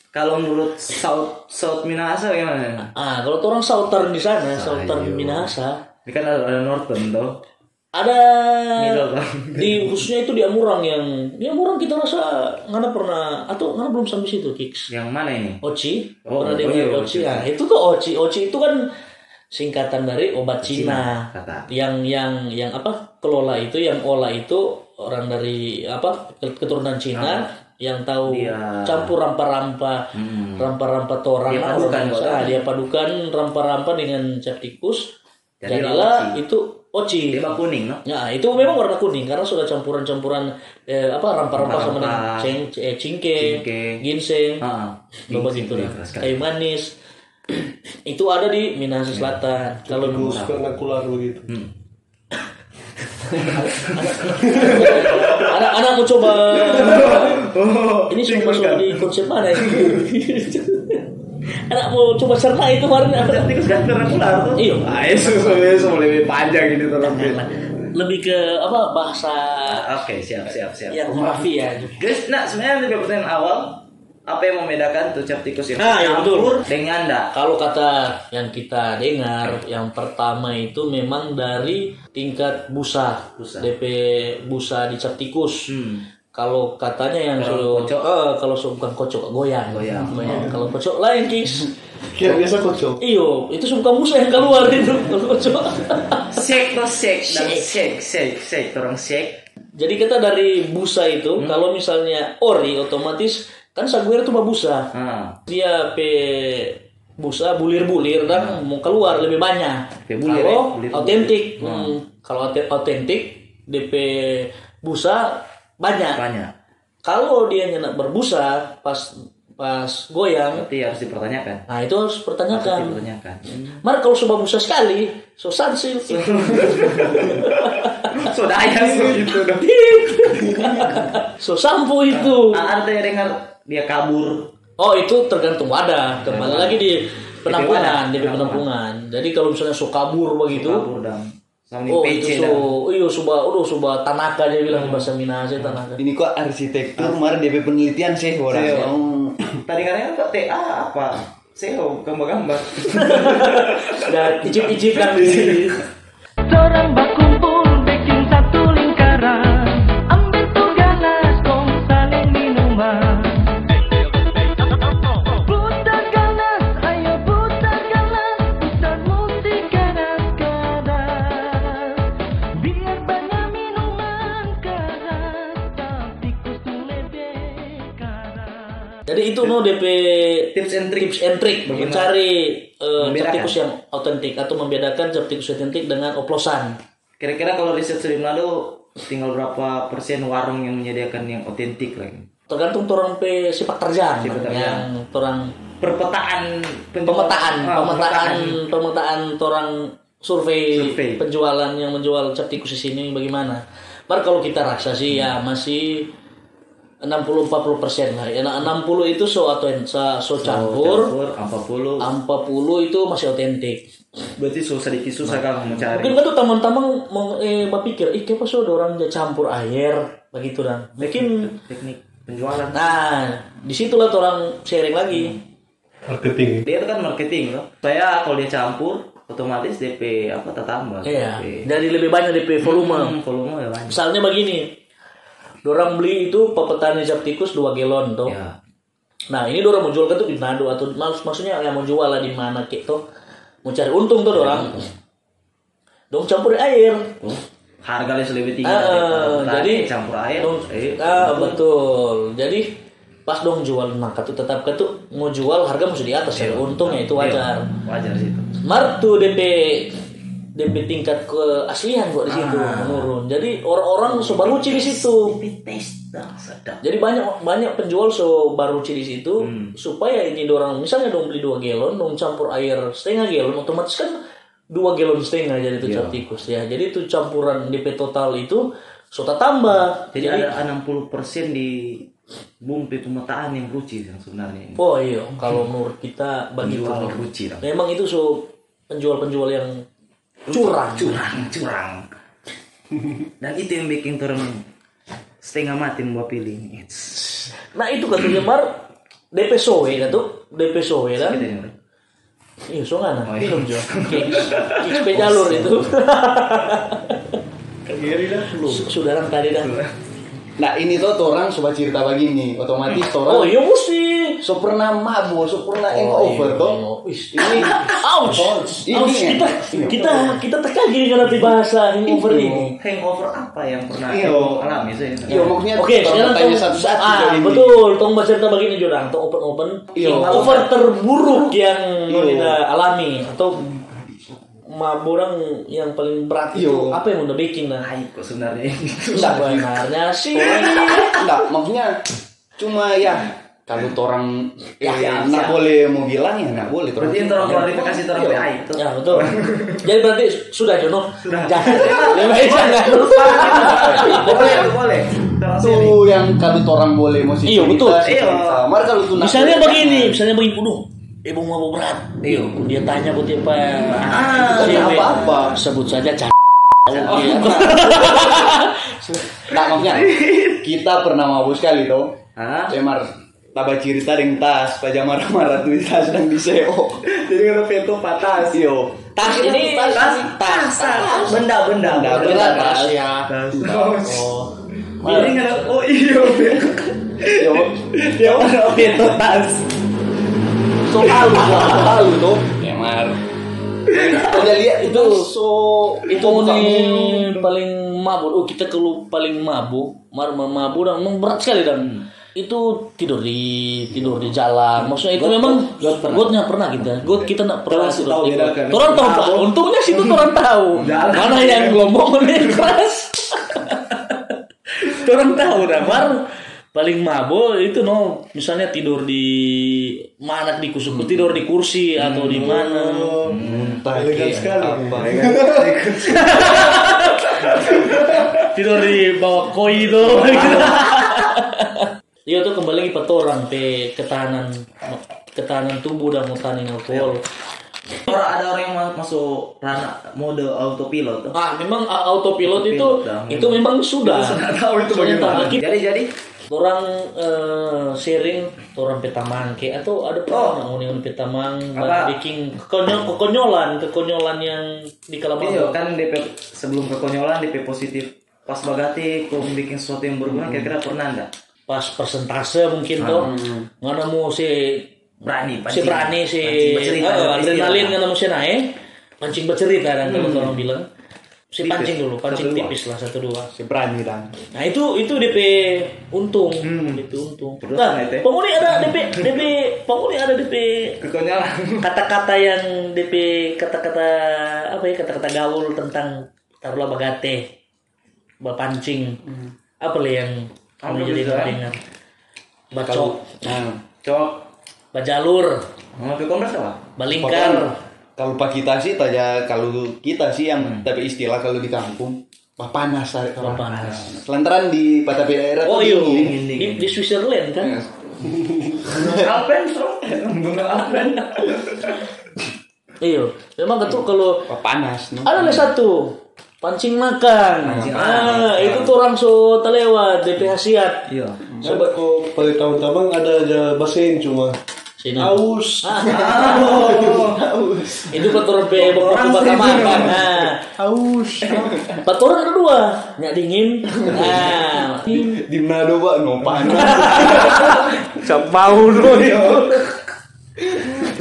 Speaker 3: kalau menurut South South Minahasa gimana
Speaker 1: Ah, kalau orang Southern di sana, Southern Minahasa,
Speaker 3: ini kan ada, ada Northern tuh
Speaker 1: ada
Speaker 3: Middle tuh
Speaker 1: di khususnya itu di Amurang yang di Amurang kita rasa nggak pernah atau nggak belum sampai situ kicks
Speaker 3: yang mana ini
Speaker 1: Oci,
Speaker 3: Oh,
Speaker 1: pernah
Speaker 3: oh,
Speaker 1: dengar
Speaker 3: iya,
Speaker 1: Oci? Nah, itu tuh Oci. Oci itu kan singkatan dari obat Cina.
Speaker 3: kata.
Speaker 1: Yang yang yang apa? Kelola itu, yang olah itu orang dari apa? keturunan Cina yang tahu
Speaker 3: Ah. Dia- Hmm.
Speaker 1: campur rampa-rampa, rampa-rampa torang.
Speaker 3: Dia
Speaker 1: lah,
Speaker 3: padukan,
Speaker 1: orang
Speaker 3: kalau
Speaker 1: sana.
Speaker 3: kan.
Speaker 1: dia padukan rampa-rampa dengan cap tikus.
Speaker 3: Jadi
Speaker 1: Jadilah itu Oci.
Speaker 3: dia bak kuning no
Speaker 1: Ya, itu memang warna kuning karena sudah campuran-campuran eh, apa rampa-rampa sama dengan
Speaker 3: Rampa-rampa.
Speaker 1: ceng, eh, cingke,
Speaker 3: Cingke.
Speaker 1: ginseng,
Speaker 3: Ah, ah.
Speaker 1: coba
Speaker 3: Ginseng,
Speaker 1: gitu
Speaker 3: iya,
Speaker 1: lah.
Speaker 3: keras sekali.
Speaker 1: Kayu manis. itu ada di Minahasa Selatan. Kalau
Speaker 5: Terus karena kular begitu.
Speaker 1: Hmm. anak anak mau coba ini semua masuk di konsep mana ini? anak mau coba cerna itu kemarin apa?
Speaker 3: tikus kan terang ular tuh
Speaker 1: Iya.
Speaker 2: Ah, itu lebih panjang ini terus.
Speaker 1: Lebih ke apa bahasa
Speaker 3: Ah, oke siap siap siap
Speaker 1: yang Rafi ya.
Speaker 3: Guys, nah sebenarnya dari pertanyaan awal apa yang membedakan tuh cap tikus yang
Speaker 1: Nah, iya, betul.
Speaker 3: campur dengan enggak?
Speaker 1: Kalau kata yang kita dengar, yang pertama itu memang dari tingkat busa,
Speaker 3: Busa.
Speaker 1: DP busa di cap tikus.
Speaker 3: Hmm.
Speaker 1: Kalau katanya yang kalau
Speaker 3: kocok?
Speaker 1: eh, kalau so- bukan kocok goyang,
Speaker 3: Goyang. Hmm.
Speaker 1: Goyang. Kalau kocok lain kis,
Speaker 5: Kayak biasa kocok.
Speaker 1: iyo itu suka busa yang keluar itu kalau kocok.
Speaker 3: Shake tuh shake dan
Speaker 1: Shake.
Speaker 3: shake shake shake orang shake. Hmm.
Speaker 1: Jadi kita dari busa itu, kalau misalnya ori otomatis kan Saguer tuh babusa
Speaker 3: Ah,
Speaker 1: dia pe busa bulir-bulir dan mau keluar lebih banyak
Speaker 3: Pe bulir, ya?
Speaker 1: kalau
Speaker 3: Bulir-bulir.
Speaker 1: autentik eh, Hmm, kalau aut- autentik DP busa banyak
Speaker 3: banyak.
Speaker 1: kalau dia nyenak berbusa pas pas goyang
Speaker 3: Berarti harus dipertanyakan.
Speaker 1: nah itu harus
Speaker 3: Harus
Speaker 1: pertanyakan
Speaker 3: dipertanyakan.
Speaker 1: Mar kalau sudah busa sekali so sansil
Speaker 3: Sudah ya gitu.
Speaker 1: so sampo itu
Speaker 3: Ah, Ada yang dengar dia kabur.
Speaker 1: Oh itu tergantung wadah. Kembali lagi di penampungan,
Speaker 3: wadah,
Speaker 1: di penampungan. Jadi kalau misalnya sokabur begitu,
Speaker 3: Kabur dan sama di
Speaker 1: oh itu
Speaker 3: PC
Speaker 1: so,
Speaker 3: dan
Speaker 1: iyo suba, udah suba tanaka dia bilang di bahasa Minahasa tanaka.
Speaker 2: Ini kok arsitektur mar DP penelitian sih orang.
Speaker 1: Iya.
Speaker 3: Sih,
Speaker 2: yang
Speaker 3: Tadi katanya kok TA apa? SEO gambar-gambar.
Speaker 1: Dan icip-icip kan di
Speaker 6: Seorang berkumpul bikin satu lingkaran Ambil tuh ganas dong saling minuman Putar ganas, ayo putar ganas Putar musik ganas ganas Biar banyak minuman keras Tapi kusung lebih keras
Speaker 1: Jadi itu no DP
Speaker 3: Tips and trick.
Speaker 1: tips and trick mencari eh,
Speaker 3: Membedakan.
Speaker 1: captikus yang otentik atau membedakan captikus otentik dengan oplosan.
Speaker 3: Kira-kira kalau riset di Manado tinggal berapa persen warung yang menyediakan yang otentik lagi?
Speaker 1: Tergantung orang pe sepak terjang,
Speaker 3: Sepak terjang.
Speaker 1: yang orang
Speaker 3: Perpetaan
Speaker 1: Iya.
Speaker 3: penjual-
Speaker 1: pemetaan,
Speaker 3: Ah,
Speaker 1: pemetaan, pemetaan orang survei,
Speaker 3: Survei.
Speaker 1: penjualan yang menjual cap tikus di sini bagaimana? Mar kalau kita raksa sih ya masih 60-40 persen lah. Ya, nah, 60 itu so atau so campur,
Speaker 3: Campur, apa puluh?
Speaker 1: 40 itu masih otentik.
Speaker 3: Berarti susah sedikit susah kan mau cari.
Speaker 1: Mungkin kan tuh teman-teman mau eh, berpikir, ih kenapa so ada orang dia campur air begitu dan mungkin
Speaker 3: Teknik penjualan.
Speaker 1: nah disitulah tuh orang sharing lagi.
Speaker 5: marketing
Speaker 3: Dia itu kan marketing loh. Saya kalau dia campur otomatis DP apa tak tambah.
Speaker 1: Iya,
Speaker 3: DP.
Speaker 1: dari lebih banyak DP volume.
Speaker 3: Hmm, volume ya banyak.
Speaker 1: Misalnya begini, dorang beli itu pepetani cap tikus 2 gelon tuh.
Speaker 3: Ya.
Speaker 1: Nah ini dorang mau jual kan tuh di Manado atau maks- maksudnya yang mau jual lah di mana kek tuh. Mau cari untung
Speaker 3: Ya.
Speaker 1: tuh dorang. Dong campur air.
Speaker 3: Tuh. Harganya lebih tinggi
Speaker 1: Ah,
Speaker 3: daripada
Speaker 1: jadi
Speaker 3: petani, Iya, campur air.
Speaker 1: dong-
Speaker 3: eh,
Speaker 1: ah, betul. Jadi pas dong jual maka tuh tetap ke tuh mau jual harga mesti di atas ya. Untungnya itu wajar.
Speaker 3: iya, wajar sih itu.
Speaker 1: Mar tuh DP DP tingkat keaslian kok di situ
Speaker 3: Ah.
Speaker 1: menurun. Jadi orang-orang so baruci di situ.
Speaker 3: Sedap.
Speaker 1: Jadi banyak banyak penjual so baru di situ
Speaker 3: Hmm.
Speaker 1: supaya ini dorang misalnya dong beli dua galon dong campur air setengah galon otomatis kan dua galon setengah jadi
Speaker 3: Iya.
Speaker 1: itu cap tikus ya. Jadi itu campuran DP total itu so tak tambah.
Speaker 3: Jadi, ada 60% di bumpi pemetaan yang ruci yang sebenarnya.
Speaker 1: oh iya kalau menurut kita bagi
Speaker 3: Penjual
Speaker 1: itu.
Speaker 3: ruci. dong.
Speaker 1: memang itu so penjual-penjual yang curang.
Speaker 3: curang curang dan itu yang bikin turun setengah mati membuat pilih It's-
Speaker 1: Nah itu katanya Mar DP soe kan katu DP soe kan.
Speaker 3: gitu ya, Oh, bro.
Speaker 1: Iya, so ngana. Film jo. Kiks pe jalur
Speaker 3: Oh,
Speaker 1: itu. Saudara tadi dah.
Speaker 2: Nah ini tuh orang coba cerita begini, otomatis
Speaker 1: Oh,
Speaker 2: orang
Speaker 1: iya Oh, mesti.
Speaker 2: so pernah mabuk, so pernah hangover tuh.
Speaker 1: iya. Wis.
Speaker 2: Ini
Speaker 1: Ouch.
Speaker 2: iya. Ini-
Speaker 1: Ouch. Kita kita kita tekan gini dengan nanti bahasa hangover ini.
Speaker 3: hangover apa yang pernah
Speaker 2: Iya.
Speaker 3: kamu alami saya
Speaker 2: Iya maksudnya
Speaker 1: Oke,
Speaker 2: orang
Speaker 1: sekarang
Speaker 2: tanya
Speaker 1: tong-
Speaker 2: satu-satu
Speaker 1: ah,
Speaker 2: dari ini.
Speaker 1: betul. Tong baca cerita begini jorang, tong open open.
Speaker 2: Iya.
Speaker 1: Hangover terburuk yang
Speaker 2: Iya.
Speaker 1: Nonida alami atau maborang yang paling berat itu
Speaker 2: Iya.
Speaker 1: apa yang udah bikin lah?
Speaker 3: aib kok sebenarnya
Speaker 1: Sebenarnya sih.
Speaker 2: Enggak, maksudnya cuma ya kalau orang ya,
Speaker 1: Ya, ya,
Speaker 2: ya,
Speaker 1: ya.
Speaker 2: nak boleh mau bilang ya nak boleh.
Speaker 3: berarti yang turun klarifikasi turun
Speaker 2: Iya.
Speaker 3: aib tuh
Speaker 1: Ya betul. Jadi berarti sudah Jono. Jangan. Lebih baik jangan.
Speaker 3: boleh boleh Tolong sini.
Speaker 2: Tuh yang kalau orang boleh mau sih
Speaker 1: Iya, betul.
Speaker 2: Iya. Mar kalau tuh nak
Speaker 1: Misalnya
Speaker 2: boleh,
Speaker 1: begini, misalnya begini kudu. Ibu mau berat. Iya. Dia tanya buat apa?
Speaker 2: Ah, apa-apa.
Speaker 1: Sebut saja c******.
Speaker 2: Nah, maksudnya kita pernah mabuk sekali toh.
Speaker 3: Hah?
Speaker 2: Cemar tambah cerita dengan tas, pajak marah-marah tuh tas sedang di CEO. Jadi kalau pintu patas. Yo.
Speaker 1: Tas
Speaker 3: Iya,
Speaker 1: ini tas tas.
Speaker 3: benda benda
Speaker 2: Enggak
Speaker 3: benda
Speaker 2: berat tas.
Speaker 1: Ya. Oh.
Speaker 3: ini nggak ada- oh iya
Speaker 2: Yo. Dia mau pintu tas.
Speaker 1: Soal soal itu.
Speaker 2: Cemar. Udah lihat itu so
Speaker 1: Itu gitu. nih paling mabuk. Oh kita kalau paling mabuk, mar mabuk dan memang berat sekali dan itu tidur di tidur di jalan maksudnya itu memang godnya pernah kita god kita nggak pernah tidur
Speaker 5: tahu
Speaker 1: di got.
Speaker 5: bedakan.
Speaker 1: Torang tahu Pak. untungnya situ orang tahu mana yang gelombong mana yang keras orang tahu dah baru paling mabok itu no misalnya tidur di mana di kusuk tidur di kursi atau di mana
Speaker 5: Elegan sekali. Iya.
Speaker 1: tidur di bawah koi itu Iya tuh kembali lagi pada orang pe ketahanan ketahanan tubuh dan mutanin alkohol.
Speaker 3: Orang ada orang yang ma- masuk ranah mode autopilot. tuh.
Speaker 1: Ah memang a- autopilot itu
Speaker 3: dah,
Speaker 1: itu memang sudah. Sudah tahu itu bagaimana.
Speaker 3: Jadi jadi
Speaker 1: orang eh, sharing orang petamang kayak atau ada pernah oh. ngomongin petamang
Speaker 3: Apa?
Speaker 1: bikin kekonyol kekonyolan kekonyolan yang di
Speaker 3: Iya
Speaker 1: Kalabang.
Speaker 3: kan DP sebelum kekonyolan DP positif pas bagati kau bikin sesuatu yang berguna kira-kira pernah nggak
Speaker 1: pas persentase mungkin tuh ngana mau si
Speaker 3: berani Oh,
Speaker 1: si berani si
Speaker 3: pancing bercerita
Speaker 1: eh,
Speaker 3: ada istilah.
Speaker 1: adrenalin kan manusia naik pancing bercerita dan kalau orang bilang si pancing dulu pancing tipis lah Hmm. satu dua
Speaker 2: Si berani dan
Speaker 1: nah itu itu DP untung DP untung nah
Speaker 3: naik, eh.
Speaker 1: penghuni ada DP DP penghuni ada DP kata-kata yang DP kata-kata apa ya kata-kata gaul tentang taruhlah bagate bapancing Hmm. apa lah yang kamu jadi keringan bacok
Speaker 3: cok
Speaker 1: bajalur
Speaker 3: mau ke kompres apa
Speaker 1: balingkar
Speaker 2: Kalau pak kita sih tanya kalau kita sih yang tapi istilah kalau di kampung Wah panas tarik orang.
Speaker 1: Papanas.
Speaker 2: Lantaran di patapi daerah
Speaker 1: Oh
Speaker 2: tuh
Speaker 1: iya,
Speaker 2: dingin.
Speaker 1: di, di Switzerland kan?
Speaker 3: alpen bro bunga alpen
Speaker 1: Iya, memang itu kalau
Speaker 2: Wah panas. no.
Speaker 1: ada lah satu pancing makan. ah, itu tuh orang so terlewat DP hasiat.
Speaker 3: iya
Speaker 5: Coba kok pada tahun tamang ada aja basen cuma.
Speaker 1: Sini.
Speaker 5: Aus.
Speaker 1: Ah, itu peturun pe orang bakal makan. Nah,
Speaker 5: Aus.
Speaker 1: peturun ada dua, nyak dingin. Nah,
Speaker 2: Di Manado pak no panas.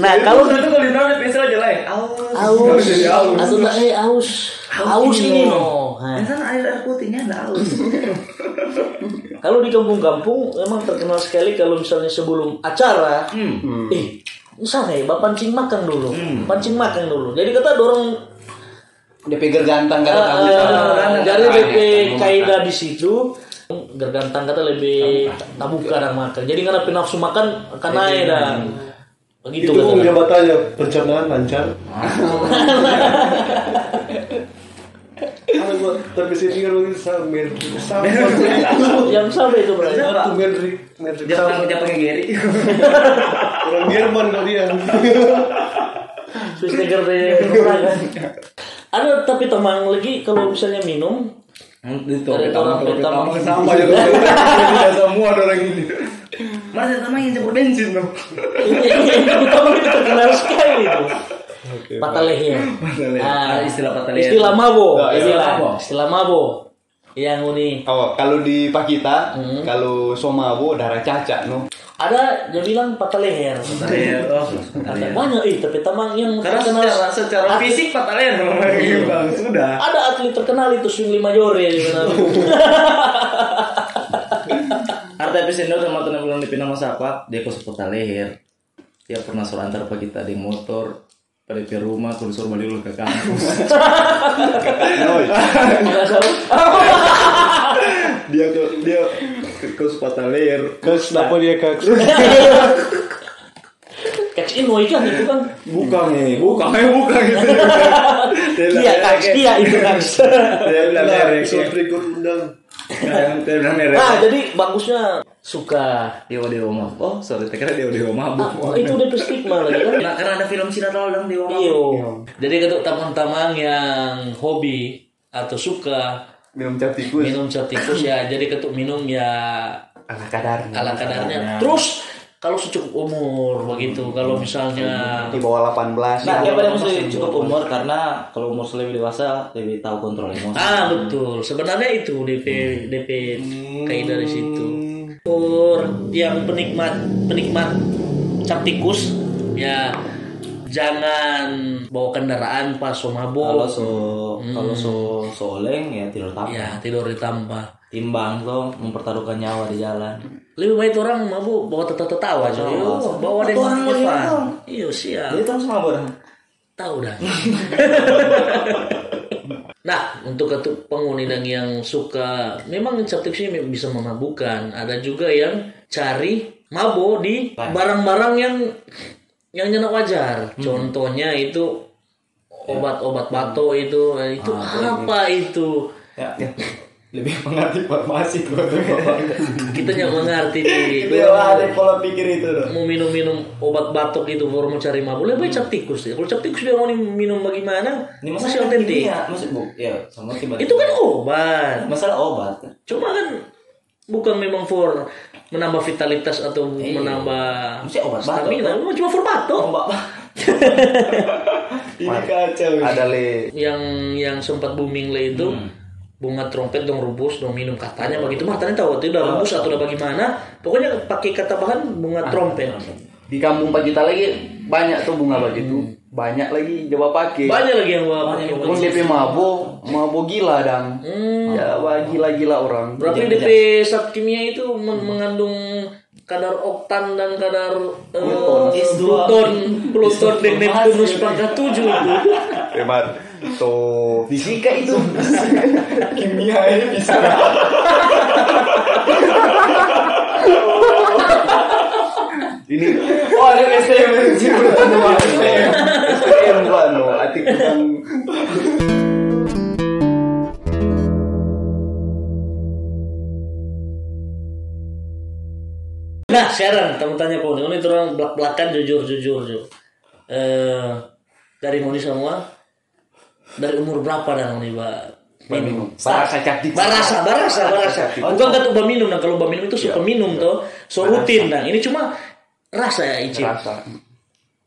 Speaker 1: nah kalau
Speaker 3: itu Oh, kalau di dalam DP istilah aja lain
Speaker 1: aus, atau tak eh aus, aus ini no. Ah.
Speaker 3: kan air air putihnya nggak aus
Speaker 1: Kalau di kampung-kampung emang terkenal sekali kalau misalnya sebelum acara, eh misalnya ya, pancing makan dulu, pancing makan dulu. Jadi kata dorong
Speaker 2: Dia pegar gantang kata kamu.
Speaker 1: eh, jadi BP kaidah di situ gergantang kata lebih tabuk kadang makan. Jadi karena nafsu makan akan naik dan begitu
Speaker 5: Itu
Speaker 1: kata.
Speaker 5: kan jabatannya pencernaan lancar. Kalau buat tapi sini kan mungkin sambil sambil
Speaker 1: Yang sampai itu berarti.
Speaker 5: satu Mendrik Mendrik
Speaker 3: dia pakai dia pakai Gary
Speaker 5: orang Jerman ya. kok dia.
Speaker 1: Swiss Tiger deh. orang kan. Ada tapi teman lagi kalau misalnya minum
Speaker 3: itu
Speaker 1: dari orang pertama
Speaker 5: Sama aja kita semua ada orang ini.
Speaker 3: mas itu yang campur bensin bro
Speaker 1: Terutama itu terkenal sekali itu. Patah leher.
Speaker 3: Ada
Speaker 1: Ah,
Speaker 3: istilah patah leher.
Speaker 1: Istilah mabo.
Speaker 2: Oh, iya.
Speaker 1: Istilah
Speaker 3: Mabo.
Speaker 1: istilah mabo. Yang ini
Speaker 2: Oh, Hmm. kalau di pak kita, kalau Somabo darah cacat no.
Speaker 1: ada dia bilang patah leher.
Speaker 3: Iya, oh.
Speaker 1: Ada banyak eh tapi tamang yang
Speaker 3: karena secara secara
Speaker 1: atlet-
Speaker 3: fisik patah leher bang sudah
Speaker 1: ada atlet terkenal itu Swingli Majore di mana.
Speaker 3: Arta Pisendo sama teman bulan di Pinang Masapak, dia kos kota leher. Dia pernah suruh antar pak kita di motor, pada ke rumah, kalau suruh balik dulu ke kampus.
Speaker 2: Dia tuh dia kos patah leher. Kos apa dia kak?
Speaker 1: Catch in Wai kan itu kan.
Speaker 2: Bukan ini, bukan ini, bukan gitu.
Speaker 1: Kia
Speaker 2: ya,
Speaker 1: kaks, kia itu kan. kaks.
Speaker 2: Dia bilang merek.
Speaker 5: Surat berikut undang.
Speaker 2: Dia bilang merek.
Speaker 1: Nah, jadi bagusnya suka
Speaker 3: Dia Dewa Mabuk. Oh, sorry, saya kira Dewa Dewa
Speaker 1: Ah,
Speaker 3: Mabuk.
Speaker 1: itu udah stigma lagi kan?
Speaker 3: Nah, karena ada film Cina tol dong Dewa Mabuk.
Speaker 1: Iyo. Jadi untuk teman-teman yang hobi atau suka
Speaker 2: Minum cap tikus.
Speaker 1: minum cat tikus ya, jadi ketuk minum ya
Speaker 2: Ala kadarnya.
Speaker 1: ala kadarnya. Terus kalau secukup umur begitu, kalau misalnya
Speaker 2: Di bawah
Speaker 3: Nah,
Speaker 2: 18. ya.
Speaker 3: dia Nah, daripada pada mesti cukup umur
Speaker 4: karena kalau umur lebih dewasa lebih tahu kontrol emosi.
Speaker 3: oh.
Speaker 1: Ah betul, sebenarnya itu DP DP kayak
Speaker 3: Hmm.
Speaker 1: dari situ. Tur yang penikmat penikmat cap tikus ya jangan bawa kendaraan pas so
Speaker 3: Kalau
Speaker 1: mabuk.
Speaker 3: so kalau so soleng ya tidur tampang.
Speaker 1: Ya tidur ditambah.
Speaker 3: Timbang tuh mempertaruhkan nyawa di jalan.
Speaker 1: Lebih baik orang mabuk bawa tertawa-tawa aja. Yo, bawa
Speaker 3: Atau
Speaker 1: deh
Speaker 3: Oh, orang lagi nonton.
Speaker 1: Iya siap.
Speaker 3: Jadi terus mabur.
Speaker 1: Tahu dah. nah, untuk ketu- penghuni dan yang suka, memang captive sih bisa memabukkan. Ada juga yang cari mabo di barang-barang yang yang nyenok wajar.
Speaker 3: Hmm.
Speaker 1: Contohnya itu obat-obat bato itu, Eh, itu
Speaker 3: Ah,
Speaker 1: apa itu?
Speaker 3: Ya. Lebih mengerti informasi tuh.
Speaker 1: Kita yang mengerti di
Speaker 3: Itu ada pola pikir itu. tuh.
Speaker 1: mau minum-minum obat batok itu baru mau cari mabuk lebih baik cap tikus ya kalau cap tikus dia mau minum bagaimana
Speaker 3: Ini
Speaker 1: masih
Speaker 3: masalah
Speaker 1: otentik
Speaker 3: kimia, maksud bu, ya sama tiba
Speaker 1: itu kan obat
Speaker 3: masalah obat.
Speaker 1: Cuma kan bukan memang for menambah vitalitas atau
Speaker 3: Iya.
Speaker 1: menambah
Speaker 3: Mesti obat batuk,
Speaker 1: stamina,
Speaker 3: kan?
Speaker 1: Memang cuma for batuk.
Speaker 3: Ombak. Ini kacau.
Speaker 4: Ada le.
Speaker 1: Yang yang sempat booming lah itu bunga trompet dong rebus dong minum katanya begitu mah tanya tahu itu udah rebus atau udah bagaimana pokoknya pakai kata bahan bunga trompet
Speaker 2: Di kampung Pak Juta lagi banyak tuh bunga begitu. Banyak lagi coba pakai.
Speaker 1: banyak lagi yang gua pakai
Speaker 2: Wong DP mabo, mabo gila dan.
Speaker 3: Hmm.
Speaker 2: Ya wah gila-gila orang.
Speaker 1: berarti DP zat kimia itu men- mengandung kadar oktan dan kadar eh,
Speaker 3: S2.
Speaker 1: pluton pluton dan neptunus pangkat tujuh itu
Speaker 2: Eh,
Speaker 4: Hebat. So
Speaker 2: Ya. Fisika itu.
Speaker 3: Kimia ini bisa.
Speaker 5: Ini
Speaker 3: Oh ada STM STM.
Speaker 5: STM gua no, atik tentang
Speaker 1: Nah, sekarang kamu tanya kau nih, ini orang belak-belakan jujur-jujur. Ju. Eh, dari Moni semua, dari umur berapa dan Moni ba minum?
Speaker 2: Barasa cantik.
Speaker 1: Barasa, barasa, barasa. Bukan kata ubah minum, nah kalau ubah minum itu suka minum toh, so rutin nah. Ini cuma rasa ya Ici.
Speaker 2: Barasa.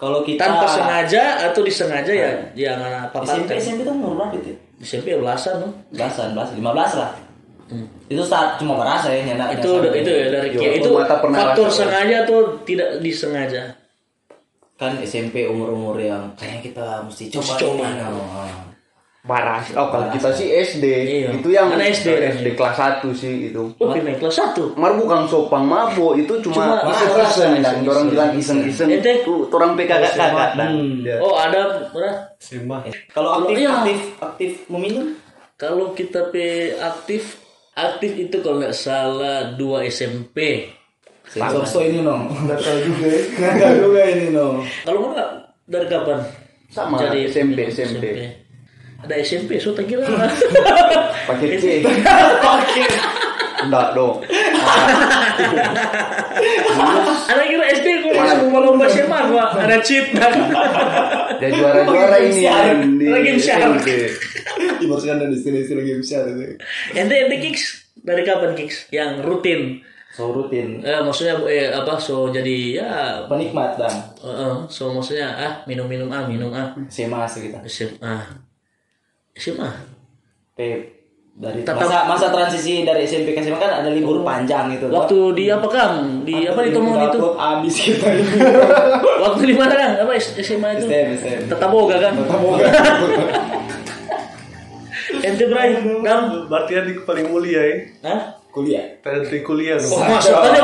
Speaker 3: Kalau kita
Speaker 1: Tanpa sengaja atau disengaja ya jangan apa
Speaker 3: SMP
Speaker 1: apa.
Speaker 3: SMP tuh umur berapa itu?
Speaker 1: SMP ya? belasan tuh.
Speaker 3: Belasan, belasan, lima belas lah. Itu saat cuma merasa ya nyana.
Speaker 1: Hmm. Itu itu ya dari
Speaker 2: Yo,
Speaker 1: itu
Speaker 2: mata pernah
Speaker 1: faktor
Speaker 2: rasa.
Speaker 1: sengaja atau tidak disengaja.
Speaker 3: kan SMP umur-umur yang kayaknya kita mesti coba.
Speaker 1: Mesti coba.
Speaker 3: ini, nah.
Speaker 2: Barasa. Oh kalau kita sih SD.
Speaker 3: Iya.
Speaker 2: Itu yang
Speaker 1: Anak SD.
Speaker 2: kelas 1 sih itu.
Speaker 1: Oh, pindah kelas satu.
Speaker 2: Mar bukan sopang mabo itu cuma
Speaker 1: Cuma
Speaker 3: ya,
Speaker 2: iseng-iseng dan orang bilang iseng-iseng
Speaker 1: Ente?
Speaker 2: itu orang PKK kakak dan
Speaker 3: Hmm.
Speaker 1: Oh, ada berapa?
Speaker 5: SMA.
Speaker 3: Kalau aktif,
Speaker 1: Iya.
Speaker 3: aktif, aktif meminum.
Speaker 1: Kalau kita P aktif, aktif itu kalau nggak salah 2 SMP.
Speaker 3: Sensor ini nong.
Speaker 5: Nakal juga ya.
Speaker 3: Gagal juga ini nong.
Speaker 1: Kalau nggak dari kapan?
Speaker 2: Sama, SMP, SMP.
Speaker 1: Ada SMP, so tak kira.
Speaker 2: pakai C enggak dong
Speaker 1: Ada kira SD kok masih mau lomba SMA gua ada cheat.
Speaker 2: dia juara-juara ini di
Speaker 1: Lagi besar.
Speaker 2: SMP.
Speaker 5: Ibaratkan dan istilah-istilah game besar itu.
Speaker 1: Ente ente kicks dari kapan kicks? Yang rutin.
Speaker 3: So rutin.
Speaker 1: Eh, maksudnya eh, apa? So jadi ya
Speaker 3: Penikmat dan
Speaker 1: eh, eh, so maksudnya ah minum-minum ah minum ah
Speaker 3: SMA sekitar.
Speaker 1: SMA. SMA.
Speaker 3: P dari
Speaker 1: Tetap-
Speaker 3: masa masa transisi dari SMP ke SMA kan ada libur panjang gitu.
Speaker 1: Waktu di apa Kang? Di apa di Tomon itu?
Speaker 3: Takut Abis kita ini.
Speaker 1: Waktu di mana Kang? Apa S- SMA itu?
Speaker 3: STM, STM.
Speaker 1: Tetap boga kan? Ente Bray, Kang?
Speaker 5: Berarti kan di paling mulia ya.
Speaker 1: Hah?
Speaker 3: Kuliah.
Speaker 5: Tadi kuliah
Speaker 1: Oh,
Speaker 5: no.
Speaker 1: masa tanya